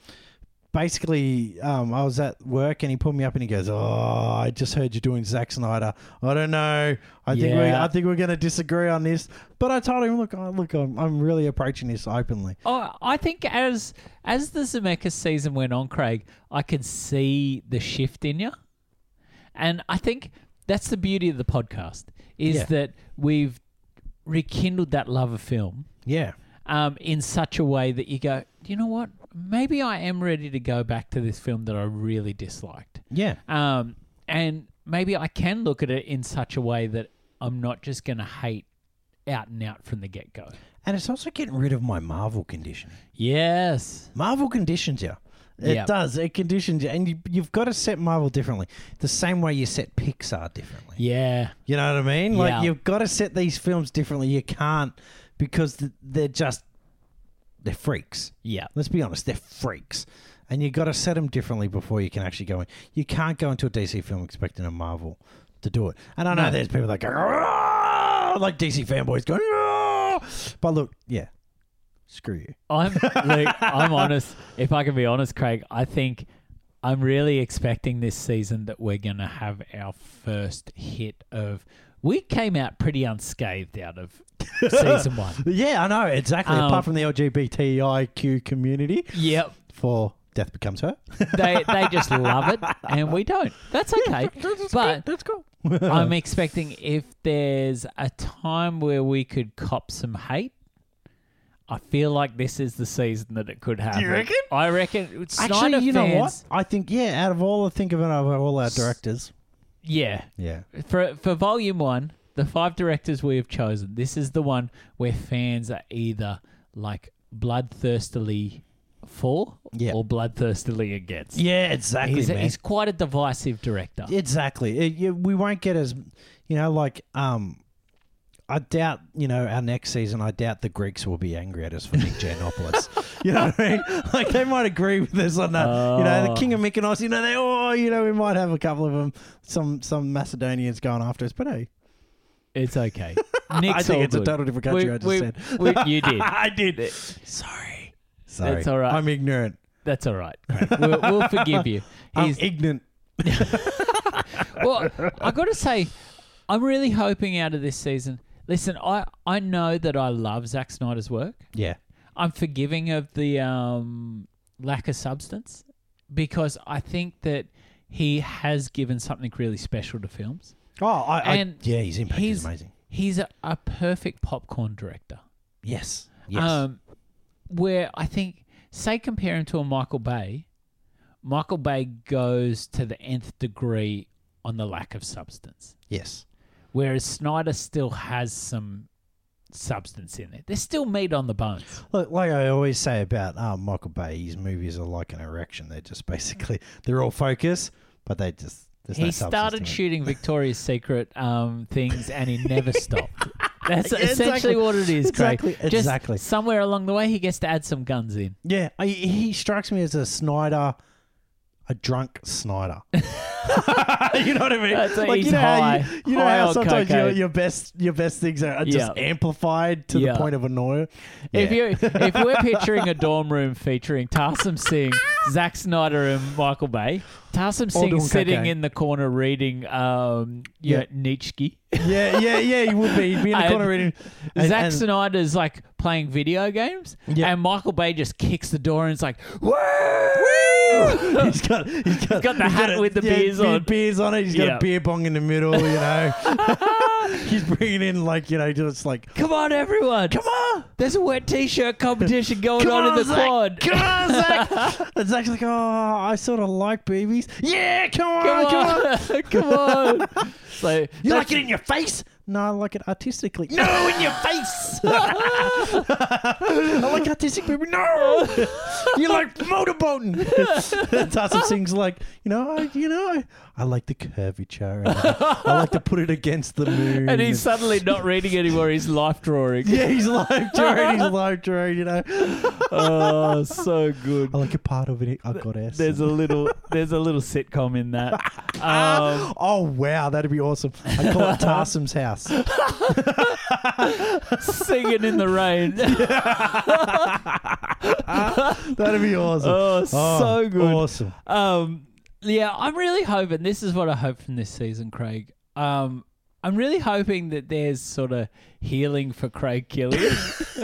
B: basically, um, I was at work and he pulled me up and he goes, "Oh, I just heard you doing Zack Snyder. I don't know. I think we,
A: Yeah.
B: I think we're going to disagree on this." But I told him, "Look, I look, I'm, I'm really approaching this openly."
A: Oh, I think as as the Zemeckis season went on, Craig, I could see the shift in you, and I think that's the beauty of the podcast is
B: Yeah.
A: that we've rekindled that love of film
B: Yeah,
A: um, in such a way that you go, you know what? Maybe I am ready to go back to this film that I really disliked,
B: yeah,
A: um, and maybe I can look at it in such a way that I'm not just going to hate out and out from the get go.
B: and it's also getting rid of my Marvel conditioning.
A: Yes.
B: Marvel conditions you. It
A: Yeah.
B: does. It conditions you, and you, you've got to set Marvel differently, the same way you set Pixar differently.
A: Yeah.
B: You know what I mean? Like
A: Yeah.
B: you've got to set these films differently. You can't because th- they're just they're freaks.
A: Yeah.
B: Let's be honest, they're freaks, and you got to set them differently before you can actually go in. You can't go into a DC film expecting a Marvel to do it. And I know
A: No.
B: there's people that go "Argh!" like DC fanboys going, "Argh!" but look, yeah, screw you.
A: I'm look, I'm honest. If I can be honest, Craig, I think I'm really expecting this season that we're gonna have our first hit of we came out pretty unscathed out of season one.
B: Yeah, I know exactly.
A: Um,
B: Apart from the LGBTIQ community,
A: Yep.
B: for Death Becomes Her.
A: They they just love it and we don't. That's okay. But
B: That's cool.
A: I'm expecting if there's a time where we could cop some hate, I feel like this is the season that it could happen.
B: reckon?
A: I reckon. Snyder
B: Actually, you know what?
A: fans-
B: I think yeah. Out of all, I think of it of all our directors.
A: Yeah,
B: Yeah.
A: for for volume one, the five directors we have chosen. This is the one where fans are either like bloodthirstily for
B: Yeah.
A: or bloodthirstily against.
B: Yeah, exactly,
A: he's,
B: man.
A: he's quite a divisive director.
B: Exactly. It- you- we won't get as, you know, like um, I doubt, you know, our next season. I doubt the Greeks will be angry at us for Nick Janopoulos. you know what I mean? Like they might agree with us on that. You
A: Oh.
B: know, the King of Mykonos. You know, they oh, you know, we might have a couple of them. Some some Macedonians going after us, but hey,
A: It's okay. Nick's
B: I think
A: all
B: it's a
A: good.
B: total different country.
A: We-
B: I just
A: we-
B: said.
A: we- you did.
B: I did. Sorry. Sorry.
A: That's all right.
B: I'm ignorant.
A: That's all right. Craig. We'll, we'll forgive you. He's,
B: I'm e- ignorant.
A: well, I got to say, I'm really hoping out of this season. Listen, I, I know that I love Zack Snyder's work.
B: Yeah.
A: I'm forgiving of the um, lack of substance because I think that he has given something really special to films.
B: Oh, I, I
A: And
B: yeah. His impact
A: he's-
B: is amazing.
A: He's a, a perfect popcorn director.
B: Yes. Yes.
A: Um, where I think, say, compare him to a Michael Bay. Michael Bay goes to the nth degree on the lack of substance,
B: yes.
A: whereas Snyder still has some substance in it. There's still meat on the bones.
B: Look, like I always say about um, Michael Bay, his movies are like an erection. They're just basically they're all focus, but they just there's no
A: he
B: substance to
A: started
B: it.
A: shooting Victoria's Secret um, things, and he never stopped. That's
B: Yeah,
A: essentially
B: exactly.
A: what it is, Craig.
B: Exactly,
A: Just
B: exactly.
A: somewhere along the way, he gets to add some guns in.
B: Yeah, I, he strikes me as a Snyder, a drunk Snyder. you know what I mean?
A: That's it, he's
B: you know how
A: high.
B: you, you know
A: High
B: how
A: on
B: sometimes your,
A: cocaine.
B: your best your best things are just
A: Yeah.
B: amplified to
A: Yeah.
B: the point of annoying.
A: If you if we're picturing a dorm room featuring Tarsim Singh, Zack Snyder, and Michael Bay, Tarsim
B: All
A: Singh
B: doing
A: sitting
B: cocaine.
A: in the corner reading um yeah,
B: Yeah.
A: Nietzsche.
B: yeah, yeah, yeah, he would be. He'd be in the
A: And
B: corner reading. and-
A: Zack
B: and-
A: Snyder's like playing video games,
B: Yeah.
A: and Michael Bay just kicks the door and is like,
B: Woo! Woo! he's got he's got, he's
A: got the hat
B: a-
A: with the beers
B: beer-
A: on.
B: Beers on it. He's got
A: Yeah.
B: a beer bong in the middle. You know, he's bringing in like you know just like
A: "Come on, everyone!
B: come on.
A: There's a wet t-shirt competition going
B: Come
A: on, in the
B: Zach.
A: quad."
B: Come on, Zach. it's actually like, oh, I sort of like babies. Yeah, come on,
A: Come
B: come on.
A: on, come on. So
B: You
A: that's-
B: like it in your face? No, I like it artistically. No, in your face. I like artistic people. No, you like motorboating. Tassa Singh's like, you know, I, you know, I, I like the curvature. and I, I like to put it against the moon.
A: and he's suddenly not reading anymore. He's life drawing.
B: yeah, he's live drawing. He's live drawing. You know,
A: oh, so good.
B: I like a part of it. I got S.
A: There's a little there's a little sitcom in that. Um,
B: Oh wow, that'd be awesome. I call it Tarsim's house.
A: singing in the rain.
B: That'd be awesome.
A: Oh, so good.
B: Awesome.
A: Um, yeah, I'm really hoping this is what I hope from this season, Craig. Um, I'm really hoping that there's sort of healing for Craig Killian.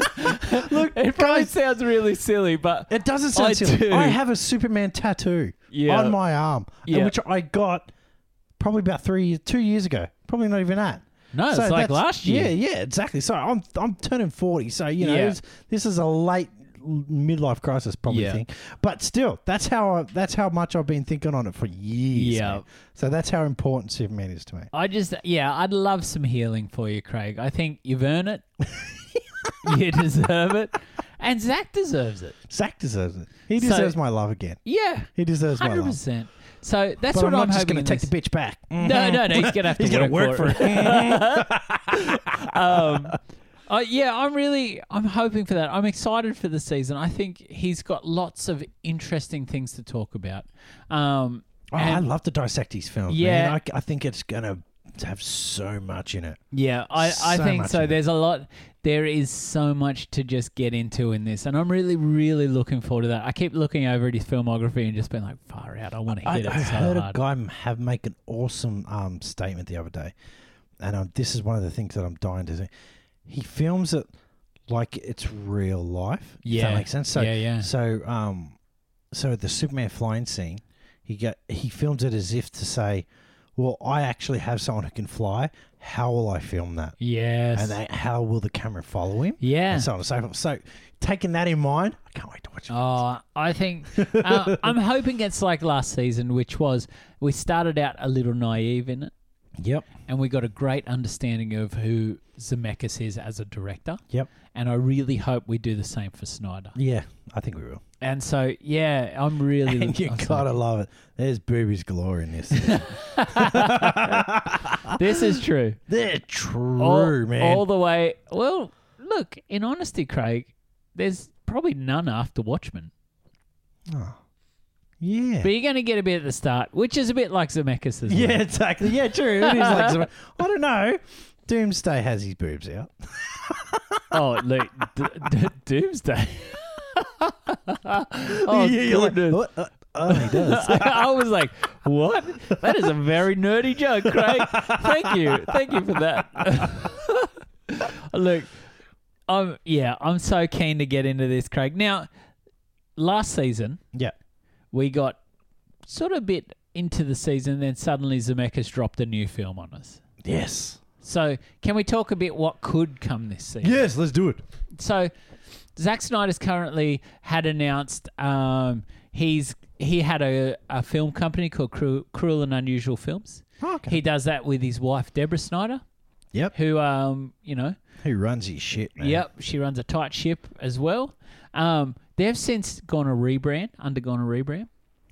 A: Look, it probably
B: guys-
A: sounds really silly, but
B: It doesn't
A: I
B: sound silly.
A: do.
B: I have a Superman tattoo
A: Yeah.
B: on my arm, and
A: Yeah.
B: which I got probably about three, years, two years ago. Probably not even that.
A: no, Oh, it's like
B: that's-
A: last year.
B: Yeah, yeah, exactly. So I'm I'm turning forty. So you know,
A: Yeah.
B: it's- this is a late midlife crisis probably
A: Yeah.
B: thing. But still, that's how I, that's how much I've been thinking on it for years.
A: Yeah.
B: man. So that's how important Superman is to me.
A: I just, yeah, I'd love some healing for you, Craig. I think you've earned it. you deserve it. And Zach deserves it.
B: Zach deserves it. He
A: So-
B: deserves my love again.
A: Yeah.
B: He deserves my
A: Hundred
B: love.
A: percent. So that's what
B: but I'm not
A: I'm,
B: just
A: hoping.
B: going
A: in
B: to take
A: this-
B: the bitch back.
A: no, no, no. He's gonna have to
B: He's
A: work,
B: going to work for
A: it.
B: it.
A: um, uh, yeah, I'm really, I'm hoping for that. I'm excited for the season. I think he's got lots of interesting things to talk about. Um,
B: Oh, I
A: and-
B: love to dissect these films.
A: Yeah.
B: man. I, I think it's going to have so much in it.
A: Yeah, I, I
B: So
A: think
B: much
A: so.
B: in it.
A: There's a lot. There is so much to just get into in this, and I'm really, really looking forward to that. I keep looking over at his filmography and just being like, "Far out! I want to
B: I,
A: hit it
B: I
A: so
B: heard
A: hard."
B: a guy m- have make an awesome um, statement the other day, and um, this is one of the things that I'm dying to see. He films it like it's real life. if
A: Yeah.
B: that makes sense. So
A: yeah, yeah.
B: so um, so the Superman flying scene, he got he filmed it as if to say, "Well, I actually have someone who can fly. How will I film that?
A: Yes.
B: And that, how will the camera follow him?"
A: yeah.
B: And so on and so forth. So taking that in mind, I can't wait to watch it.
A: Oh, I think uh, I'm hoping it's like last season, which was we started out a little naive in it,
B: Yep.
A: and we got a great understanding of who Zemeckis is as a director.
B: Yep.
A: And I really hope we do the same for Snyder.
B: Yeah, I think we will.
A: And so, yeah, I'm really.
B: And you
A: I'm so-
B: gotta love it. There's boobies galore in this.
A: This is true.
B: They're true,
A: all,
B: man.
A: all the way. Well, look, in honesty, Craig, there's probably none after Watchmen.
B: Oh. Yeah.
A: But you're going to get a bit at the start, which is a bit like Zemeckis as well.
B: Yeah, exactly. Yeah, true. It is like some- I don't know. Doomsday has his boobs out.
A: Oh, look, d- d- Doomsday. oh,
B: Yeah, you're like,
A: goodness.
B: "What? Uh, oh, he does.
A: I was like, what? That is a very nerdy joke, Craig. Thank you. Thank you for that. look, I'm, yeah, I'm so keen to get into this, Craig. Now, last season,
B: yeah.
A: we got sort of a bit into the season, then suddenly Zemeckis dropped a new film on us.
B: Yes.
A: So, can we talk a bit what could come this season?
B: Yes, let's do it.
A: So, Zack Snyder's currently had announced um, he's he had a, a film company called Cru- Cruel and Unusual Films.
B: Okay.
A: He does that with his wife Deborah Snyder,
B: yep.
A: who um, you know,
B: Who runs his shit, man?
A: yep, she runs a tight ship as well. Um, they've since gone a rebrand, undergone a rebrand,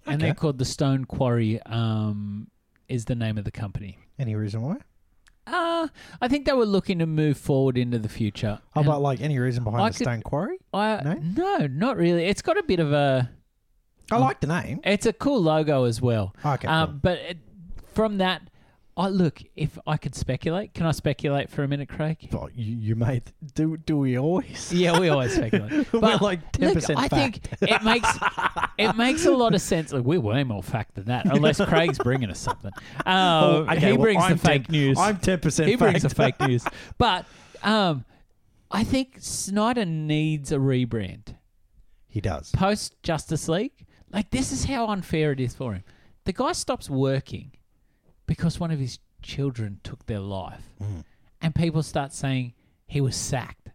A: and they're
B: Okay.
A: called the Stone Quarry. Um, is the name of the company?
B: Any reason why?
A: Uh, I think they were looking to move forward into the future.
B: How
A: And-
B: about like any reason behind
A: I
B: the
A: could-
B: stone quarry?
A: I
B: Oh, No?
A: no? not really. It's got a bit of a.
B: I like the name.
A: It's a cool logo as well.
B: Okay.
A: Um, but it, from that, I look. If I could speculate, can I speculate for a minute, Craig?
B: cool. Oh, you, you made. Do do we always?
A: Yeah, we always speculate.
B: We're
A: But
B: like ten
A: Look,
B: percent.
A: I think it makes it makes a lot of sense. Look, we're way more fact than that, unless Craig's bringing us something. Um, he brings the fake news.
B: Oh, I'm ten percent.
A: he brings the fake news. But um, I think Snyder needs a rebrand.
B: He does.
A: post Justice League, like this is how unfair it is for him. The guy stops working because one of his children took their life,
B: Mm.
A: and people start saying he was sacked.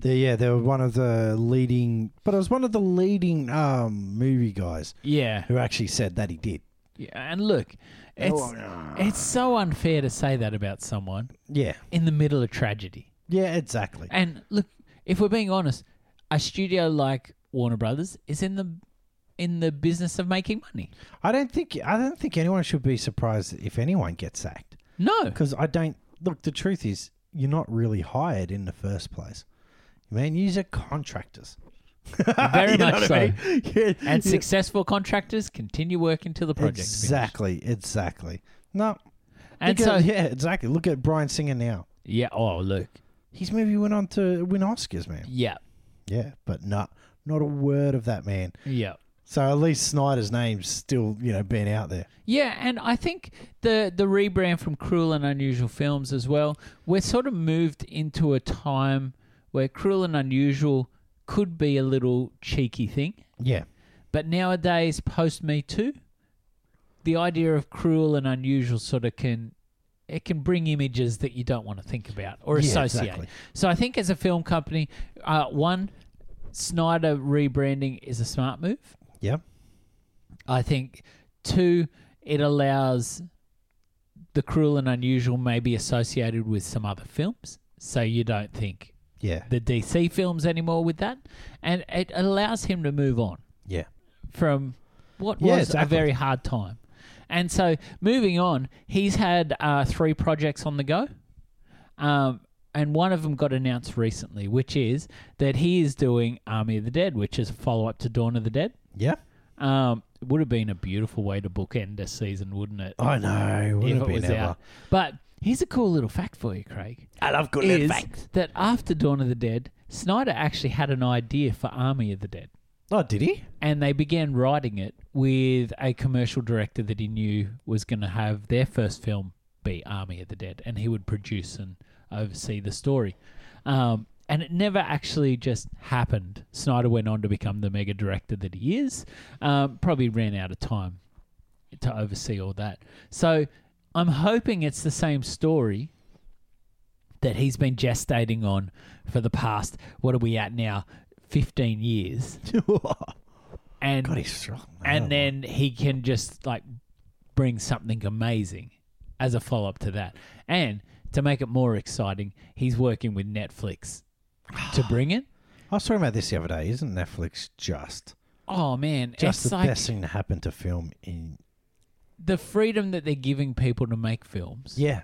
B: The, yeah, they were one of the leading, but it was one of the leading um, movie guys
A: Yeah,
B: who actually said that he did.
A: yeah. and look,
B: Oh,
A: it's it's so unfair to say that about someone
B: Yeah,
A: in the middle of tragedy.
B: yeah, exactly.
A: And look, if we're being honest, a studio like Warner Brothers is in the in the business of making money.
B: I don't think I don't think anyone should be surprised if anyone gets sacked
A: No,
B: because I don't. Look, the truth is, you're not really hired in the first place. Man, these are contractors.
A: very
B: You know
A: much
B: what
A: so.
B: I mean? Yeah,
A: And
B: yeah.
A: successful contractors continue working till the project finishes.
B: Exactly, exactly. No,
A: And
B: look
A: so,
B: at, yeah, exactly. Look at Brian Singer now.
A: yeah. Oh, look.
B: His movie went on to win Oscars, man.
A: Yeah.
B: Yeah, but not not a word of that man.
A: Yeah.
B: So at least Snyder's name's still, you know, been out there.
A: Yeah, and I think the the rebrand from Cruel and Unusual Films as well. We're sort of moved into a time where Cruel and Unusual could be a little cheeky thing,
B: Yeah.
A: but nowadays post Me Too, the idea of cruel and unusual sort of can it can bring images that you don't want to think about or
B: Yeah,
A: associate.
B: exactly.
A: So I think as a film company, uh, one Snyder rebranding is a smart move.
B: Yep.
A: I think two, it allows the cruel and unusual may be associated with some other films, so you don't think
B: Yeah.
A: the DC films anymore with that, and it allows him to move on
B: Yeah.
A: from what
B: Yeah,
A: was
B: exactly.
A: a very hard time. And so, moving on, he's had uh, three projects on the go, um, and one of them got announced recently, which is that he is doing Army of the Dead, which is a follow up to Dawn of the Dead.
B: Yeah.
A: Um, it would have been a beautiful way to bookend this season, wouldn't it?
B: I know.
A: if
B: Wouldn't
A: it
B: Oh, it be
A: was
B: never.
A: out. But here's a cool little fact for you, Craig.
B: I love good
A: is that after Dawn of the Dead, Snyder actually had an idea for Army of the Dead
B: Oh, did he?
A: and they began writing it with a commercial director that he knew was going to have their first film be Army of the Dead, and he would produce and oversee the story. Um, and it never actually just happened. Snyder went on to become the mega director that he is. Um, probably ran out of time to oversee all that. So I'm hoping it's the same story that he's been gestating on for the past. What are we at now? 15 years. And
B: God, he's strong. man.
A: and then he can just like bring something amazing as a follow up to that. And to make it more exciting, he's working with Netflix to bring it.
B: I was talking about this the other day. Isn't Netflix just
A: Oh man,
B: just
A: it's
B: the
A: like
B: best thing to happen to film in?
A: the freedom that they're giving people to make films
B: Yeah,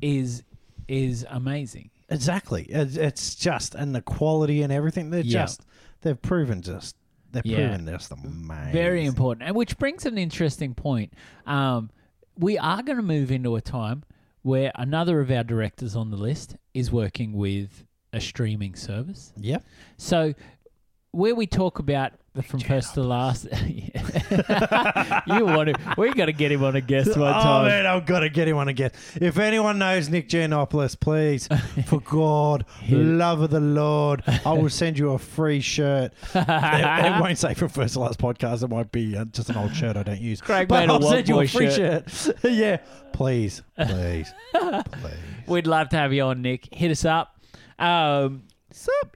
A: is is amazing.
B: exactly. It's, it's just and the quality and everything. They're
A: Yeah.
B: just they've proven just they've
A: Yeah.
B: proven just amazing.
A: Very important. And which brings an interesting point. Um, we are going to move into a time where another of our directors on the list is working with a streaming service.
B: Yep.
A: So, where we talk about the from first to last, you want to? We got to get him on a guest one
B: Oh
A: time.
B: man, I've got to get him on again. If anyone knows Nick Giannopoulos, please, for God, love of the Lord, I will send you a free shirt. it, it won't say from first to last podcast. It might be uh, just an old shirt I don't use.
A: Craig
B: but
A: made a
B: I'll send you a
A: Wattboy
B: free shirt. yeah, please, please, please.
A: We'd love to have you on, Nick. Hit us up. Um,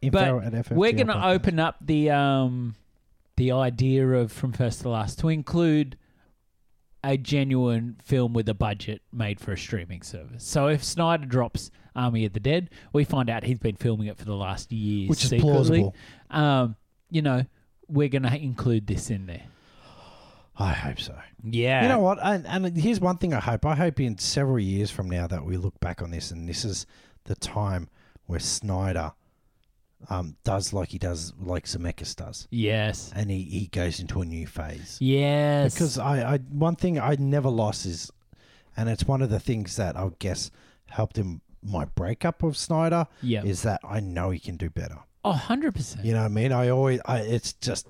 B: Info
A: but
B: at FFTL
A: we're going
B: podcast.
A: to open up the um, the idea of from first to last to include a genuine film with a budget made for a streaming service. So if Snyder drops Army of the Dead, we find out he's been filming it for the last year,
B: Which is
A: secretly.
B: plausible.
A: Um, you know, we're going to include this in there.
B: I hope so.
A: Yeah,
B: You know what? And, and here's one thing I hope. I hope in several years from now that we look back on this and this is the time where Snyder um, does like he does, like Zemeckis does,
A: Yes.
B: and he, he goes into a new phase.
A: Yes.
B: Because I, I one thing I never lost is, and it's one of the things that I guess helped him my breakup of Snyder
A: yeah.
B: is that I know he can do better.
A: oh, 100%.
B: You know what I mean? I always I, it's just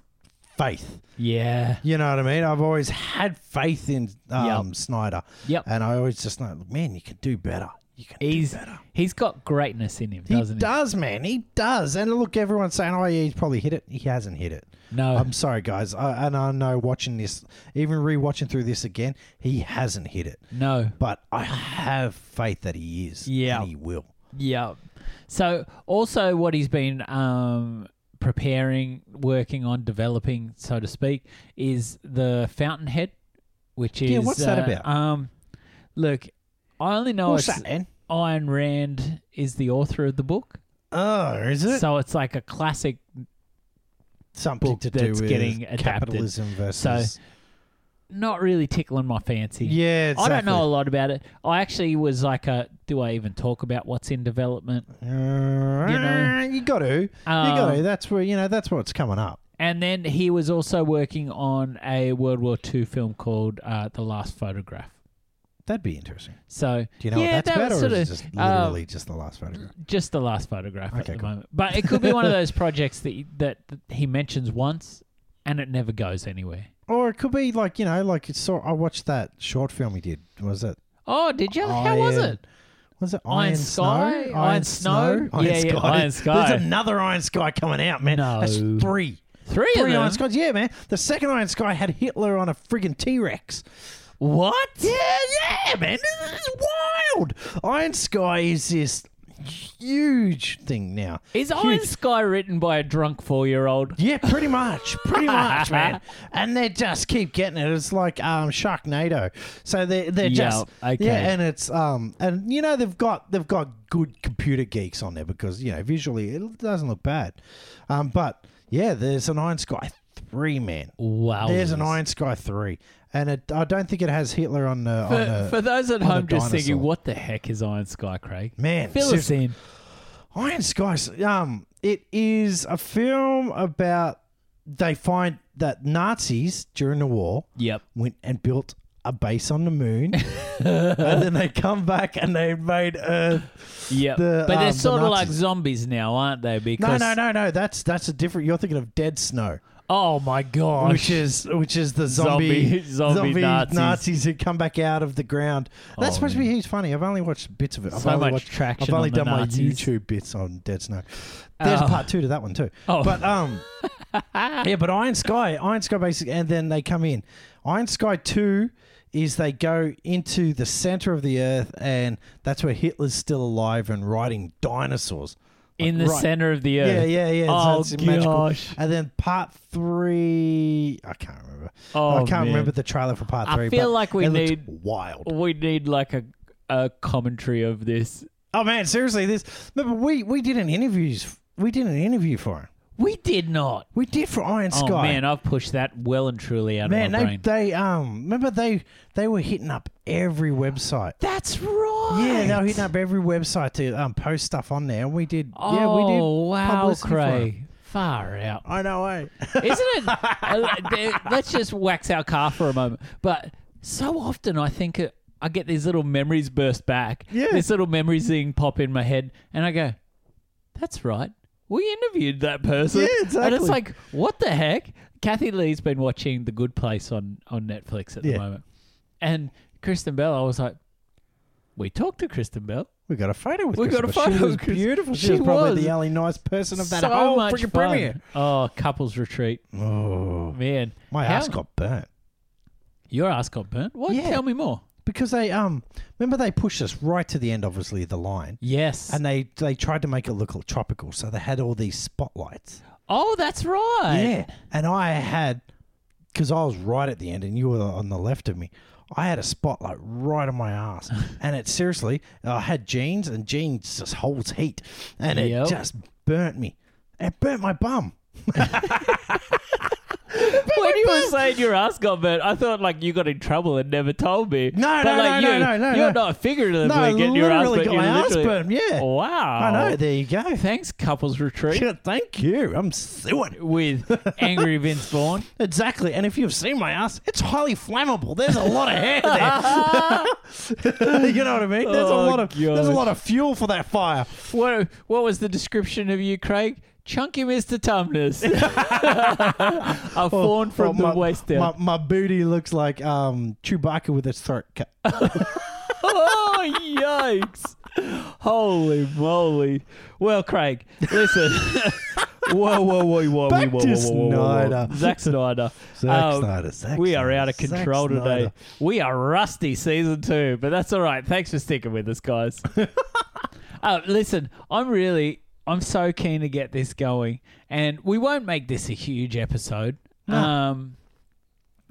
B: faith.
A: Yeah.
B: You know what I mean? I've always had faith in um, Snyder.
A: Yep.
B: And I always just know, man, you can do better. You can
A: He's
B: do better.
A: he's got greatness in him,
B: He
A: doesn't he?
B: does, man. He does. And look, everyone's saying, oh, yeah, he's probably hit it. He hasn't hit it.
A: No.
B: I'm sorry, guys. I, and I know watching this, even rewatching through this again, he hasn't hit it.
A: no.
B: But I have faith that he is.
A: Yeah.
B: And he will.
A: Yeah. So also what he's been um preparing, working on, developing, so to speak, is the Fountainhead, which is
B: Yeah, what's that
A: uh,
B: about?
A: Um look, I only know
B: What's
A: Oh, it's
B: that, man?
A: Ayn Rand is the author of the book.
B: Oh, is it?
A: So it's like a classic
B: Something
A: book
B: to do
A: that's
B: with
A: getting adapted.
B: capitalism versus.
A: not really tickling my fancy.
B: yeah, exactly.
A: I don't know a lot about it. I actually was like, a, do I even talk about what's in development?
B: You you got to. you got
A: Um,
B: to. That's where you know. That's what's coming up.
A: And then he was also working on a World War II film called uh, The Last Photograph.
B: That'd be interesting.
A: So
B: Do you know
A: yeah,
B: what that's
A: that
B: about,
A: was
B: or
A: sort
B: is it
A: of,
B: just
A: um,
B: literally just the last photograph?
A: just the last photograph at
B: Okay,
A: the
B: cool.
A: moment. But it could be one of those projects that, that that he mentions once and it never goes anywhere.
B: Or it could be like you know, like it's saw. I watched that short film he did. Was it?
A: Oh, did you? How was
B: Iron-
A: it?
B: Was it Iron,
A: Iron
B: Snow?
A: Sky?
B: Iron,
A: Iron
B: Snow?
A: Snow?
B: Iron
A: Yeah,
B: Sky.
A: yeah, Iron Sky.
B: There's another Iron Sky coming out, man.
A: No.
B: That's three.
A: Three, of
B: Three
A: them?
B: Iron Skies. Yeah, man. The second Iron Sky had Hitler on a friggin' T Rex.
A: What?
B: Yeah, yeah, man. This is wild. Iron Sky is this huge thing now.
A: Is Iron
B: Huge.
A: Sky written by a drunk four-year-old?
B: Yeah, pretty much, pretty much, man. And they just keep getting it. It's like um, Sharknado. So they they're
A: Yeah,
B: just
A: okay.
B: yeah, and it's um, and you know they've got they've got good computer geeks on there because you know visually it doesn't look bad, um, but yeah, there's an Iron Sky three man.
A: Wow.
B: There's an Iron Sky three, and it, I don't think it has Hitler on the on
A: For,
B: the
A: for those at
B: on the
A: home just thinking,
B: dinosaur.
A: what the heck is Iron Sky, Craig?
B: man.
A: Fill us
B: seriously.
A: in.
B: Iron Skies. Um, it is a film about they find that Nazis during the war
A: Yep.
B: went and built a base on the moon, and then they come back and they made Earth.
A: Yep.
B: The,
A: but they're
B: um, the
A: sort of like
B: Nazis.
A: zombies now, aren't they?
B: No,
A: Because
B: no, no, no. That's that's a different. You're thinking of Dead Snow.
A: Oh my gosh.
B: which is which is the
A: Zombie-
B: zombie
A: zombie Nazis.
B: who come back out of the ground. That's
A: Oh,
B: supposed to be
A: man.
B: he's funny. I've only watched bits of it. I've
A: so
B: only
A: much
B: watched,
A: traction.
B: I've only
A: on the
B: done my
A: Nazis.
B: YouTube bits on Dead Snow. There's
A: Oh.
B: part two to that one too.
A: Oh,
B: But um, yeah, but Iron Sky, Iron Sky, basically, and then they come in. Iron Sky two is they go into the center of the earth, and that's where Hitler's still alive and riding dinosaurs.
A: in the
B: Right.
A: center of the
B: Yeah,
A: earth.
B: yeah, yeah.
A: Oh
B: so it's magical.
A: gosh.
B: And then part three, I can't remember.
A: Oh,
B: I can't
A: man.
B: remember the trailer for part three.
A: I feel
B: but
A: like we
B: it
A: need
B: looked wild.
A: we need like a a commentary of this.
B: Oh man, seriously, this. No, but we we did an interviews. We did an interview for him.
A: We did not.
B: We did for Iron Sky.
A: Oh man, I've pushed that well and truly out of
B: Man,
A: my
B: they,
A: brain.
B: they um remember they they were hitting up every website.
A: That's right.
B: Yeah, they were hitting up every website to um post stuff on there, and we did.
A: Oh
B: yeah, we did.
A: wow,
B: publicity for
A: Cray. Far out.
B: I know, eh?
A: Isn't it? uh, th- Let's just wax our car for a moment. But so often I think it, I get these little memories burst back.
B: Yeah.
A: This little memory thing pop in my head, and I go, that's right. We interviewed that person.
B: Yeah,
A: And it's
B: exactly.
A: like, what the heck? Kathy Lee's been watching The Good Place on, on Netflix at the
B: Yeah.
A: moment. And Kristen Bell, I was like, we talked to Kristen Bell.
B: We got a photo with.
A: We got a
B: Christopher.
A: photo
B: She was
A: with Chris-
B: beautiful. She,
A: She
B: was probably
A: was.
B: the only nice person of that
A: so
B: whole
A: much
B: freaking
A: fun.
B: premiere.
A: Oh, couples retreat.
B: Oh,
A: Man.
B: my
A: How-
B: ass got burnt
A: Your ass got burnt? What?
B: Yeah.
A: Tell me more.
B: because they um remember they pushed us right to the end. Obviously, the line.
A: Yes.
B: And they, they tried to make it look tropical, so they had all these spotlights.
A: oh, that's right.
B: Yeah. And I had, because I was right at the end and you were on the left of me, I had a spotlight right on my ass. and it seriously, I had jeans and jeans just holds heat. And
A: Yep.
B: it just burnt me. It burnt my bum.
A: When you were saying your ass got burnt, I thought like you got in trouble and never told me.
B: No,
A: but,
B: no,
A: like,
B: no,
A: you,
B: no, no, no,
A: You're
B: no.
A: not figuratively
B: No, I
A: getting your ass burnt.
B: literally got
A: you
B: my ass
A: literally-
B: burnt, yeah.
A: Wow.
B: I know. There you go.
A: Thanks, couples retreat
B: Yeah, Thank you. I'm suing.
A: with angry Vince Vaughn.
B: Exactly. And if you've seen my ass, it's highly flammable. There's a lot of hair there. you know what I mean? There's
A: Oh,
B: a lot of there's a
A: gosh.
B: lot of fuel for that fire.
A: What What was the description of you, Craig? Chunky Mr. Tumnus. A fawn from
B: Well,
A: the waist down.
B: My, my booty looks like um, Chewbacca with its throat cut.
A: oh yikes! Holy moly! Well, Craig, listen. whoa, whoa, whoa, whoa,
B: Back
A: whoa,
B: to
A: whow, whow, whow, whow.
B: Snyder.
A: Zack Snyder.
B: Zack
A: Um,
B: Snyder, Zack
A: we are
B: Snyder,
A: out of
B: Zack
A: control today.
B: Snyder.
A: We are rusty season two, but that's all right. Thanks for sticking with us, guys. uh, listen, I'm really, I'm so keen to get this going, and we won't make this a huge episode. Um,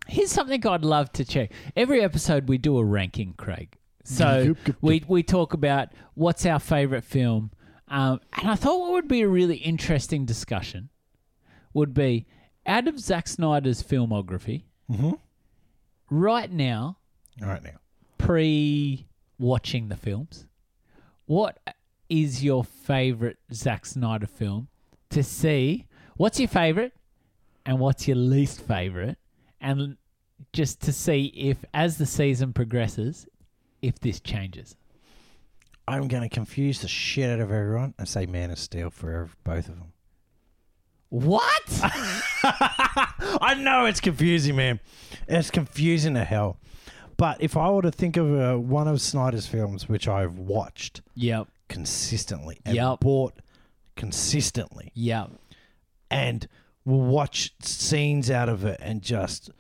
A: here's something I'd love to check. Every episode we do a ranking, Craig. So
B: Yep, yep,
A: we we talk about what's our favorite film, um, and I thought what would be a really interesting discussion would be out of Zack Snyder's filmography
B: Mhm.
A: right now,
B: All right now.
A: pre watching the films, what is your favorite Zack Snyder film to see? What's your favorite and what's your least favorite? And just to see if, as the season progresses, if this changes.
B: I'm going to confuse the shit out of everyone and say Man of Steel for ev- both of them.
A: What?
B: I know it's confusing, man. It's confusing to hell. But if I were to think of uh, one of Snyder's films, which I've watched
A: yep.
B: consistently and
A: Yep.
B: bought consistently,
A: Yep.
B: and will watch scenes out of it and just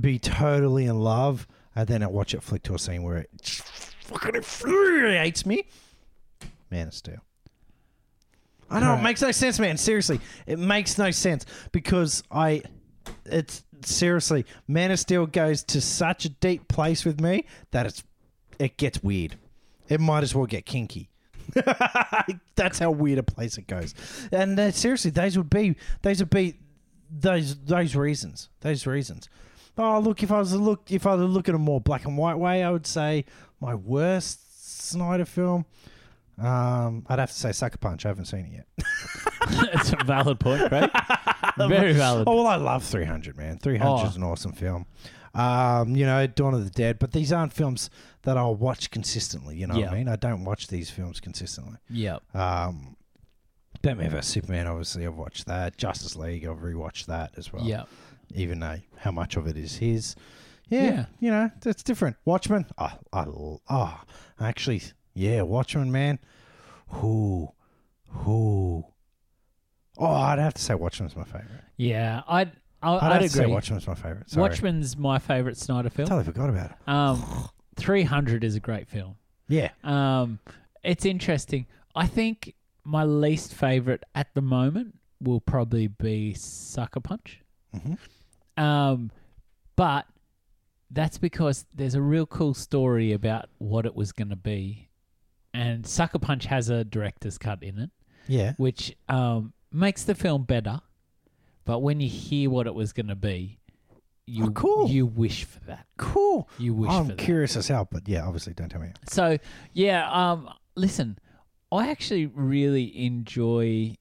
B: be totally in love, and then I watch it flick to a scene where it just fucking infuriates me. Man of Steel. I know it makes no sense, man. Seriously, it makes no sense because I, it's seriously, Man of Steel goes to such a deep place with me that it's, it gets weird. It might as well get kinky. That's how weird a place it goes. And uh, seriously, those would be those would be those those reasons. Those reasons. Oh, look! If I was to look, if I was to look at a more black and white way, I would say my worst Snyder film. Um, I'd have to say Sucker Punch. I haven't seen it yet.
A: That's a valid point, Craig. Very valid.
B: Oh well, I love 300, man. 300 is
A: Oh.
B: an awesome film. Um, you know, Dawn of the Dead, but these aren't films that I'll watch consistently. You know what
A: Yeah.
B: I mean? I don't watch these films consistently.
A: Yep.
B: Um, Batman vs Superman. Obviously, I've watched that. Justice League. I've rewatched that as well.
A: Yeah.
B: Even though how much of it is his. Yeah,
A: Yeah.
B: you know that's different. Watchmen. Oh, I l- oh, actually, yeah, Watchmen, man. Who, who? Oh, I'd have to say Watchmen's my favorite.
A: Yeah. I'd, I,
B: I'd,
A: I'd,
B: have
A: agree.
B: to say Watchmen's my favorite. Sorry.
A: Watchmen's my favorite Snyder film.
B: Totally forgot about it.
A: Um, 300 is a great film.
B: Yeah.
A: Um, it's interesting. I think my least favorite at the moment will probably be Sucker Punch.
B: Mhm.
A: Um, but that's because there's a real cool story about what it was going to be, and Sucker Punch has a director's cut in it,
B: Yeah.
A: which um, makes the film better. But when you hear what it was going to be, you
B: Oh, cool.
A: you wish for that.
B: Cool.
A: You wish for
B: I'm
A: that.
B: curious as hell, but yeah, obviously, don't tell me.
A: So yeah, um, listen, I actually really enjoy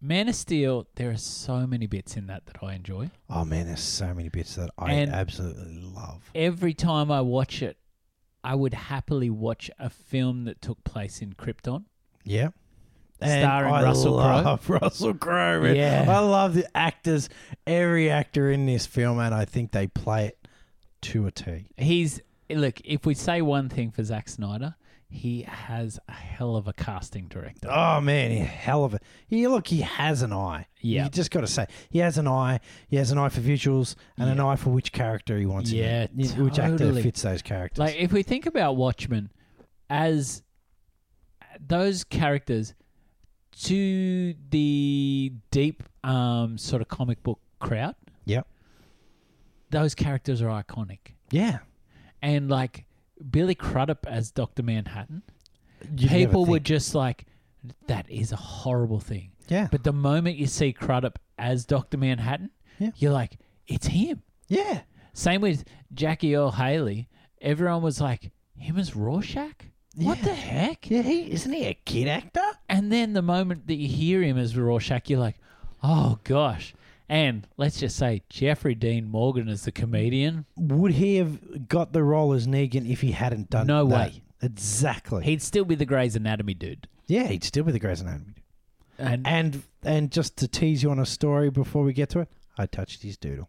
A: Man of Steel. There are so many bits in that that I enjoy.
B: Oh man, there's so many bits that I
A: And-
B: absolutely love.
A: Every time I watch it, I would happily watch a film that took place in Krypton.
B: Yeah.
A: Starring
B: I
A: Russell Crowe.
B: love Russell Crowe. man.
A: Yeah.
B: I love the actors, every actor in this film, and I think they play it to a T.
A: He's look. If we say one thing for Zack Snyder, he has a hell of a casting director.
B: Oh man, he- hell of a he look, he has an eye.
A: Yeah.
B: You just gotta say. He has an eye. He has an eye for visuals and an eye for which character he wants. in
A: Yeah,
B: it, which actor
A: totally.
B: fits those characters.
A: Like if we think about Watchmen as those characters to the deep um, sort of comic book crowd,
B: yep.
A: those characters are iconic.
B: Yeah.
A: And like Billy Crudup as Doctor Manhattan,
B: You'd never
A: people
B: think-
A: were just like, "That is a horrible thing."
B: Yeah.
A: But the moment you see Crudup as Doctor Manhattan,
B: Yeah.
A: you're like, "It's him."
B: Yeah.
A: Same with Jackie Earl Haley. Everyone was like, "Him as Rorschach? What
B: Yeah.
A: the heck?"
B: Yeah, he isn't he a kid actor?
A: And then the moment that you hear him as Rorschach, you're like, oh gosh. And let's just say Jeffrey Dean Morgan as the comedian,
B: Would he have got the role as Negan if he hadn't done
A: No
B: that?
A: way.
B: Exactly.
A: he'd still be the Grey's Anatomy dude.
B: yeah, he'd still be the Grey's Anatomy.
A: And
B: And and just to tease you on a story before we get to it, I touched his doodle.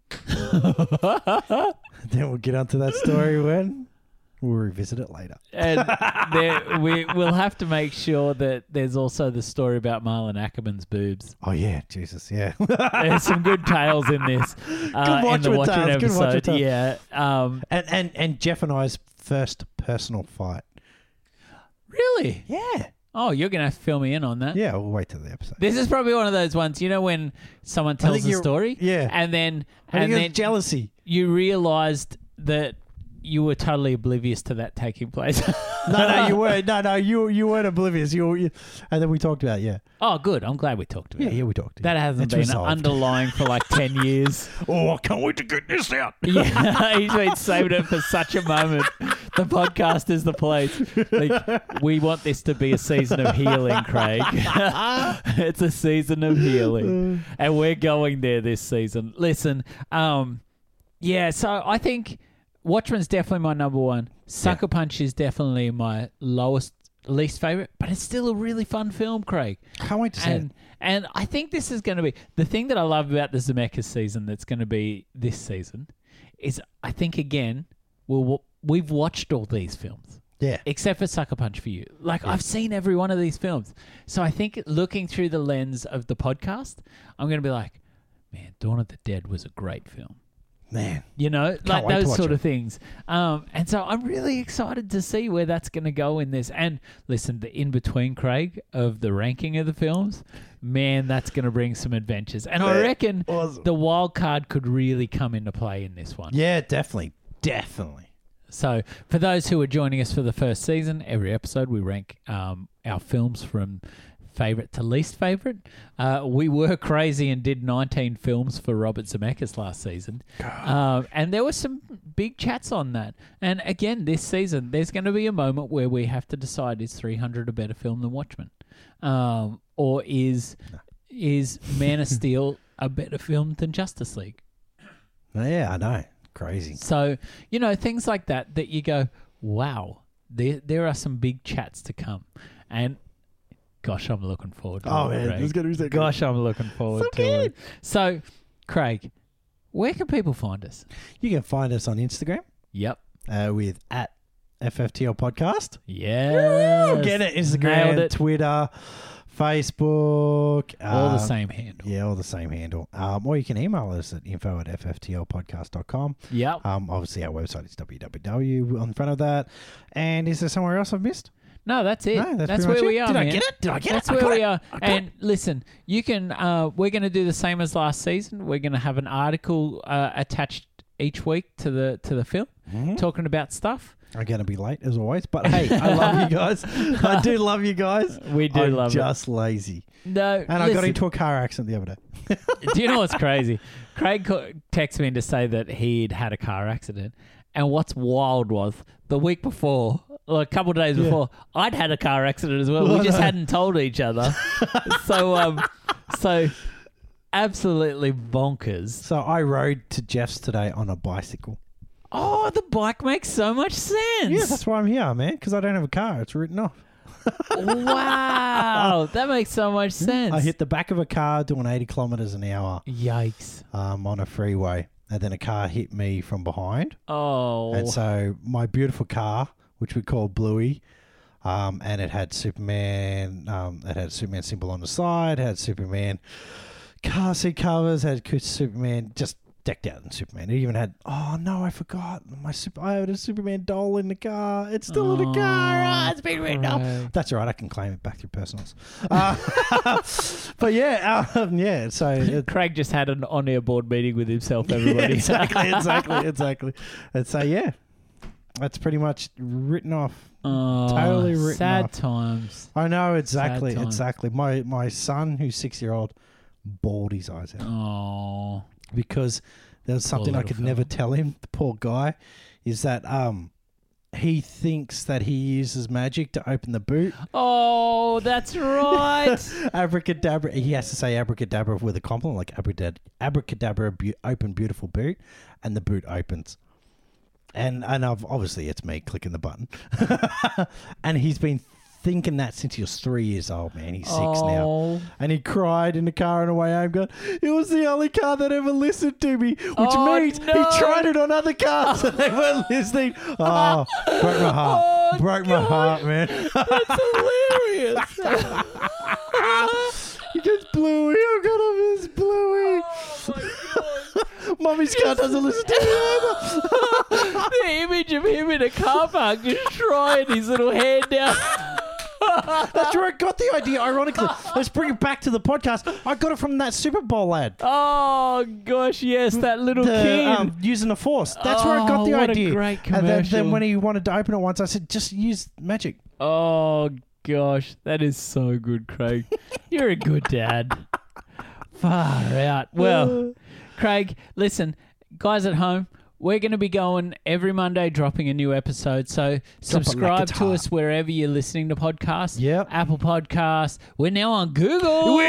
B: then we'll get onto that story when we'll revisit it later.
A: and there, we we'll have to make sure that there's also the story about Marlon Ackerman's boobs.
B: Oh yeah, Jesus, yeah.
A: There's some good tales in this. Uh, in the
B: Watchmen
A: Watchmen
B: tales, good Watchmen
A: episode.
B: tales.
A: yeah. Um,
B: and, and and Jeff and I's first personal fight.
A: really?
B: Yeah.
A: Oh, you're gonna have to fill me in on that.
B: Yeah, we'll wait till the episode.
A: This is probably one of those ones, you know, when someone tells a
B: you're-
A: story,
B: yeah.
A: and then and
B: and he goes,
A: then
B: jealousy.
A: you realised that you were totally oblivious to that taking place.
B: No, no, you weren't. No, no, you you weren't oblivious. You, were- you and then we talked about it, yeah.
A: oh, good. I'm glad we talked about
B: Yeah,
A: it.
B: yeah, we talked.
A: That hasn't
B: It's
A: been
B: resolved.
A: underlying for like ten years.
B: Oh, I can't wait to get this out.
A: yeah, he's been saving it for such a moment. The podcast is the place. Like, we want this to be a season of healing, Craig. it's a season of healing, and we're going there this season. Listen, um, yeah. So I think Watchmen's definitely my number one. Sucker Punch is definitely my lowest, least favorite, but it's still a really fun film, Craig.
B: Can't wait to see
A: And
B: it.
A: and I think this is going to be the thing that I love about the Zemeckis season. That's going to be this season, is I think again we'll we've watched all these films
B: Yeah.
A: except for Sucker Punch for you. Like I've seen every one of these films, so I think looking through the lens of the podcast, I'm going to be like, man, Dawn of the Dead was a great film.
B: Man.
A: You know, like
B: wait to
A: those
B: watch
A: sort
B: it.
A: of things. Um, and so I'm really excited to see where that's going to go in this. And listen, the in between, Craig, of the ranking of the films, man, that's going to bring some adventures. And I
B: Man,
A: reckon
B: awesome.
A: the wild card could really come into play in this one.
B: Yeah, definitely. Definitely.
A: So, for those who are joining us for the first season, every episode we rank um, our films from favorite to least favorite. Uh, we were crazy and did 19 films for Robert Zemeckis last season. Um, and there were some big chats on that. And again, this season, there's going to be a moment where we have to decide is 300 a better film than Watchmen? Um, or is, is Man of Steel a better film than Justice League?
B: Yeah, I know. Crazy.
A: So, you know, things like that that you go, wow, there, there are some big chats to come. And Gosh, I'm looking forward to
B: Oh
A: it.
B: man,
A: Craig.
B: it's gonna be so good.
A: Gosh, I'm looking forward
B: So
A: to it. So, Craig, where can people find us?
B: You can find us on Instagram
A: Yep.
B: uh, with at FFTL Podcast.
A: Yeah.
B: Woo! Get it.
A: Nailed
B: Instagram,
A: it.
B: Twitter, Facebook.
A: All the
B: uh,
A: same handle.
B: Yeah, all the same handle. Um, or you can email us at info at fftlpodcast.com.
A: Yep.
B: Um, obviously, our website is www in front of that. And is there somewhere else I've missed?
A: No, that's it.
B: No, that's
A: that's
B: pretty
A: where
B: much
A: we
B: it.
A: are.
B: Did I
A: man.
B: get it? Did I get
A: That's
B: it? I
A: where
B: got
A: we
B: it.
A: are.
B: I got
A: And listen, you can. Uh, we're going to do the same as last season. We're going to have an article uh, attached each week to the to the film,
B: Mm-hmm.
A: talking about stuff.
B: I'm going to be late as always, but hey, I love you guys. I do love you guys.
A: We do
B: I'm
A: love it.
B: just lazy.
A: No,
B: And I got
A: listen,
B: into a car accident the other day.
A: do you know what's crazy? Craig co- texted me to say that he'd had a car accident, and what's wild was the week before, or a couple of days before, I'd had a car accident as well.
B: Well,
A: we
B: I
A: just
B: know.
A: hadn't told each other, so um, so absolutely bonkers.
B: So I rode to Jeff's today on a bicycle.
A: Oh, the bike makes so much sense.
B: Yeah, that's why I'm here, man, because I don't have a car. It's written off.
A: wow, that makes so much sense.
B: I hit the back of a car doing 80 kilometers an hour
A: Yikes!
B: um, on a freeway, and then a car hit me from behind.
A: Oh,
B: And so my beautiful car, which we call Bluey, um, and it had Superman, um, it had Superman symbol on the side, had Superman car seat covers, had cu- Superman just decked out in Superman. It even had oh no, I forgot my super. I had a Superman doll in the car. It's still in the car.
A: Oh,
B: Ah, it's been written off.
A: Craig.
B: That's all right. I can claim it back through personals. Uh, but yeah, um, yeah. So it,
A: Craig just had an on-air board meeting with himself. Everybody,
B: yeah, exactly, exactly, exactly. And so yeah, that's pretty much written off.
A: Oh,
B: Totally written
A: sad
B: off.
A: times.
B: I know exactly,
A: time.
B: exactly. My my son, who's six year old, bawled his eyes out
A: Oh,
B: because there was something I
A: little
B: could
A: fella.
B: never tell him. The poor guy is that um he thinks that he uses magic to open the boot.
A: oh, that's right.
B: abracadabra. He has to say abracadabra with a compliment, like abracad- abracadabra, be- open beautiful boot, and the boot opens. And and I've, obviously it's me clicking the button. and he's been thinking that since he was three years old, man. He's six now.
A: oh.
B: And he cried in the car on the way home, going, It was the only car that ever listened to me, which
A: Oh,
B: means
A: no.
B: he tried it on other cars and they weren't listening. Oh, broke my heart.
A: Oh,
B: broke my heart, man.
A: That's hilarious.
B: He gets Bluey. I'm gonna miss Bluey. Mommy's car doesn't listen to me either.
A: the image of him in a car park just trying his little hand down.
B: That's where I got the idea. Ironically, let's bring it back to the podcast. I got it from that Super Bowl ad.
A: Oh gosh, yes, that little
B: The,
A: kid.
B: um, using the force. That's where I got
A: Oh,
B: the
A: what a
B: idea.
A: great
B: and then,
A: commercial.
B: then when he wanted to open it once, I said, just use magic.
A: oh gosh, that is so good, Craig. You're a good dad. Far out. Well, Craig, listen, guys at home. We're going to be going every Monday, dropping a new episode. So subscribe
B: it's
A: to
B: hot.
A: us wherever you're listening to podcasts.
B: Yep.
A: Apple Podcasts. We're now on Google.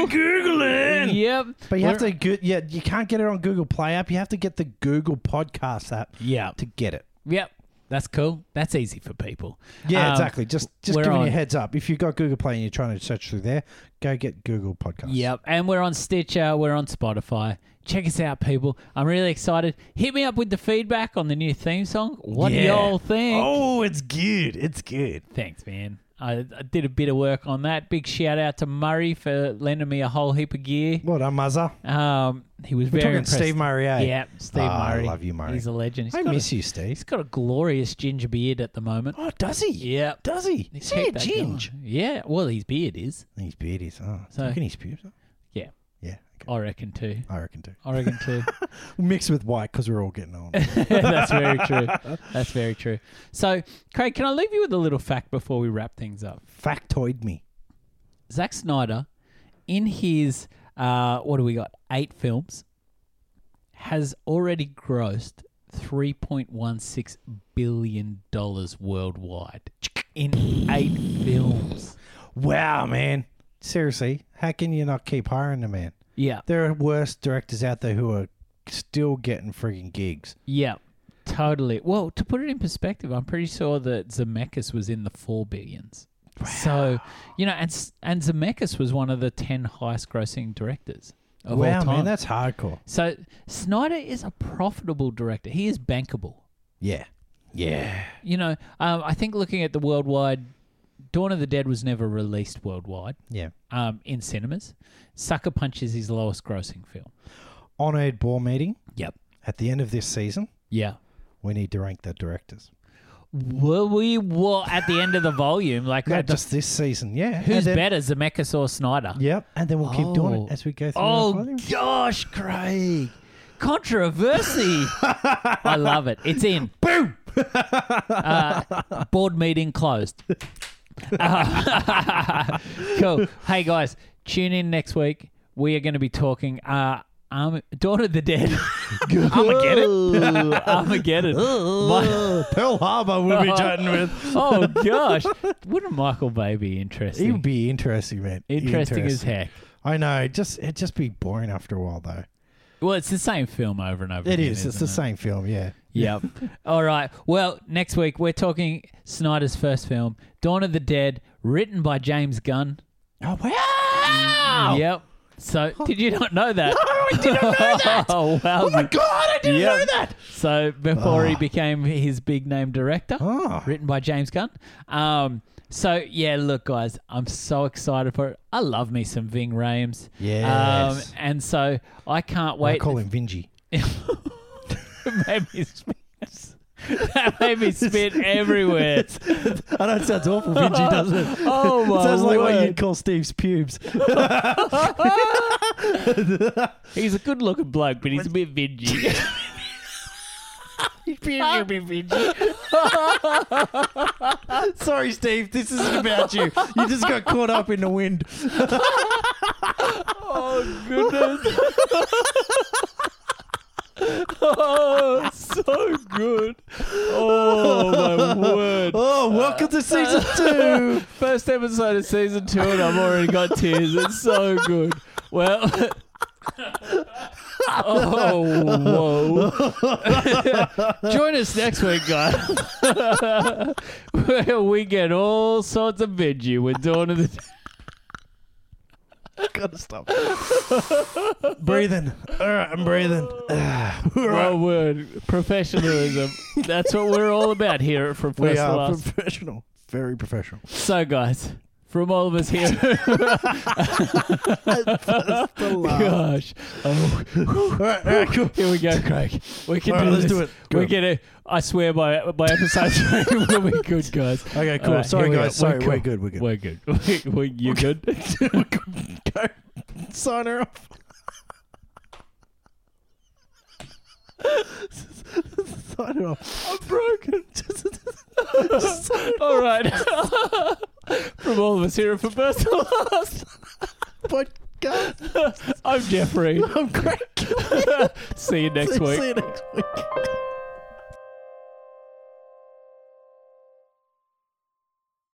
B: Googling.
A: Yep.
B: But you have
A: Oh. We're-
B: to, go- yeah, you can't get it on Google Play app. You have to get the Google Podcast app
A: Yeah.
B: to get it.
A: Yep. That's cool. That's easy for people.
B: Yeah,
A: Um,
B: exactly. Just just
A: we're
B: giving you
A: on.
B: a heads up. If you've got Google Play and you're trying to search through there, go get Google Podcasts.
A: Yep. And we're on Stitcher, we're on Spotify. Check us out, people. I'm really excited. Hit me up with the feedback on the new theme song. What do
B: Yeah.
A: y'all think?
B: Oh, it's good. It's good.
A: Thanks, man. I, I did a bit of work on that. Big shout out to Murray for lending me a whole heap of gear.
B: What a muzza.
A: Um, he was
B: We're
A: very
B: talking
A: impressed.
B: Steve Murray. eh?
A: Yeah, Steve
B: Oh, I
A: Murray.
B: love you, Murray.
A: He's a legend. He's
B: I
A: got
B: miss
A: a,
B: you,
A: He's
B: Steve.
A: got a glorious ginger beard at the moment.
B: Oh, does he?
A: Yep.
B: Does he?
A: He's
B: Is he a
A: kept that going.
B: ginge?
A: Yeah. Well, his beard is.
B: His beard is. Oh,
A: So-
B: so, reckon his pubes. are?
A: Yeah,
B: Yeah, okay.
A: I reckon too.
B: I reckon too.
A: I reckon too.
B: Mixed with white because we're all getting old.
A: That's very true. That's very true. So, Craig, can I leave you with a little fact before we wrap things up?
B: Factoid me.
A: Zack Snyder, in his uh, what do we got? Eight films, has already grossed three point one six billion dollars worldwide in eight films.
B: Wow, man. Seriously, how can you not keep hiring the man?
A: Yeah,
B: There are worse directors out there who are still getting frigging gigs.
A: yeah, totally. Well, to put it in perspective, I'm pretty sure that Zemeckis was in the four billions. So, you know, and S- and Zemeckis was one of the ten highest-grossing directors of
B: wow,
A: all time.
B: man, that's hardcore.
A: so Snyder is a profitable director. He is bankable.
B: Yeah, yeah.
A: You know, um, I think looking at the worldwide, Dawn of the Dead was never released worldwide
B: Yeah.
A: um, in cinemas. Sucker Punch is his lowest-grossing film.
B: Honored board meeting
A: Yep.
B: at the end of this season.
A: Yeah.
B: We need to rank the directors.
A: Were we were at the end of the volume, like
B: Not
A: at the-
B: just this season, yeah.
A: who's
B: And then-
A: better, Zemeckis or Snyder?
B: Yep. And then we'll keep doing
A: Oh.
B: it as we go through. the
A: Oh
B: volume.
A: gosh, Craig. Controversy. I love it. It's in. Boom. Uh, board meeting closed. Uh, cool. Hey guys, tune in next week. We are going to be talking uh, Arm- Dawn of the Dead. Armageddon. Armageddon. My-
B: Pearl Harbor we'll be chatting with.
A: oh gosh, wouldn't Michael Bay be interesting?
B: It would be interesting, man.
A: interesting, as heck.
B: I know. it Just it'd just be boring after a while, though.
A: Well, it's the same film over and over.
B: It
A: again,
B: is. It's
A: isn't
B: the
A: it?
B: same film. Yeah.
A: Yep. All right. Well, next week we're talking Snyder's first film, Dawn of the Dead, written by James Gunn.
B: Oh wow!
A: Yep. So, did you not know that? No, I didn't know that. oh, wow.
B: Oh my god! I didn't know that. Ah.
A: So, before he became his big name director,
B: Oh.
A: written by James Gunn. Um, so, yeah, look, guys, I'm so excited for it. I love me some Ving Rhames.
B: Yes.
A: Um, and so, I can't
B: I
A: wait.
B: call him Vingy.
A: It made me spit. that made me spit everywhere.
B: I know it sounds awful, Vingy, doesn't it?
A: Oh my
B: sounds like what
A: word.
B: you'd call Steve's pubes.
A: He's a good looking bloke, but he's a bit vingy.
B: Sorry, Steve. This isn't about you. You just got caught up in the wind.
A: oh goodness. oh, so good. Oh my word.
B: Oh, welcome to season two.
A: First episode of season two, and I've already got tears. It's so good. Well. oh, whoa. Join us next week, guys. Where we get all sorts of veggie with Dawn of the
B: Gotta stop. breathing. All right, I'm breathing.
A: Well, word. Professionalism. That's what we're all about here at From First
B: we
A: to
B: are
A: Last.
B: professional. Very professional.
A: so, guys, from all of us here. Gosh. Oh,
B: all right, all right, cool.
A: here we go, Craig. We can
B: All right,
A: do
B: let's
A: this.
B: do it.
A: We're
B: Go.
A: gonna. I swear, by by episode three, we'll be good, guys.
B: Okay, cool.
A: All right,
B: Sorry,
A: here we go.
B: guys. Sorry,
A: We're
B: we're,
A: cool.
B: good. We're good.
A: We're good. We, we, you good?
B: go. Sign her off. Sign her off. I'm broken.
A: all right. from all of us here at from first to last,
B: Podcast.
A: I'm Jeffrey.
B: I'm Craig.
A: See you next week.
B: See you next week.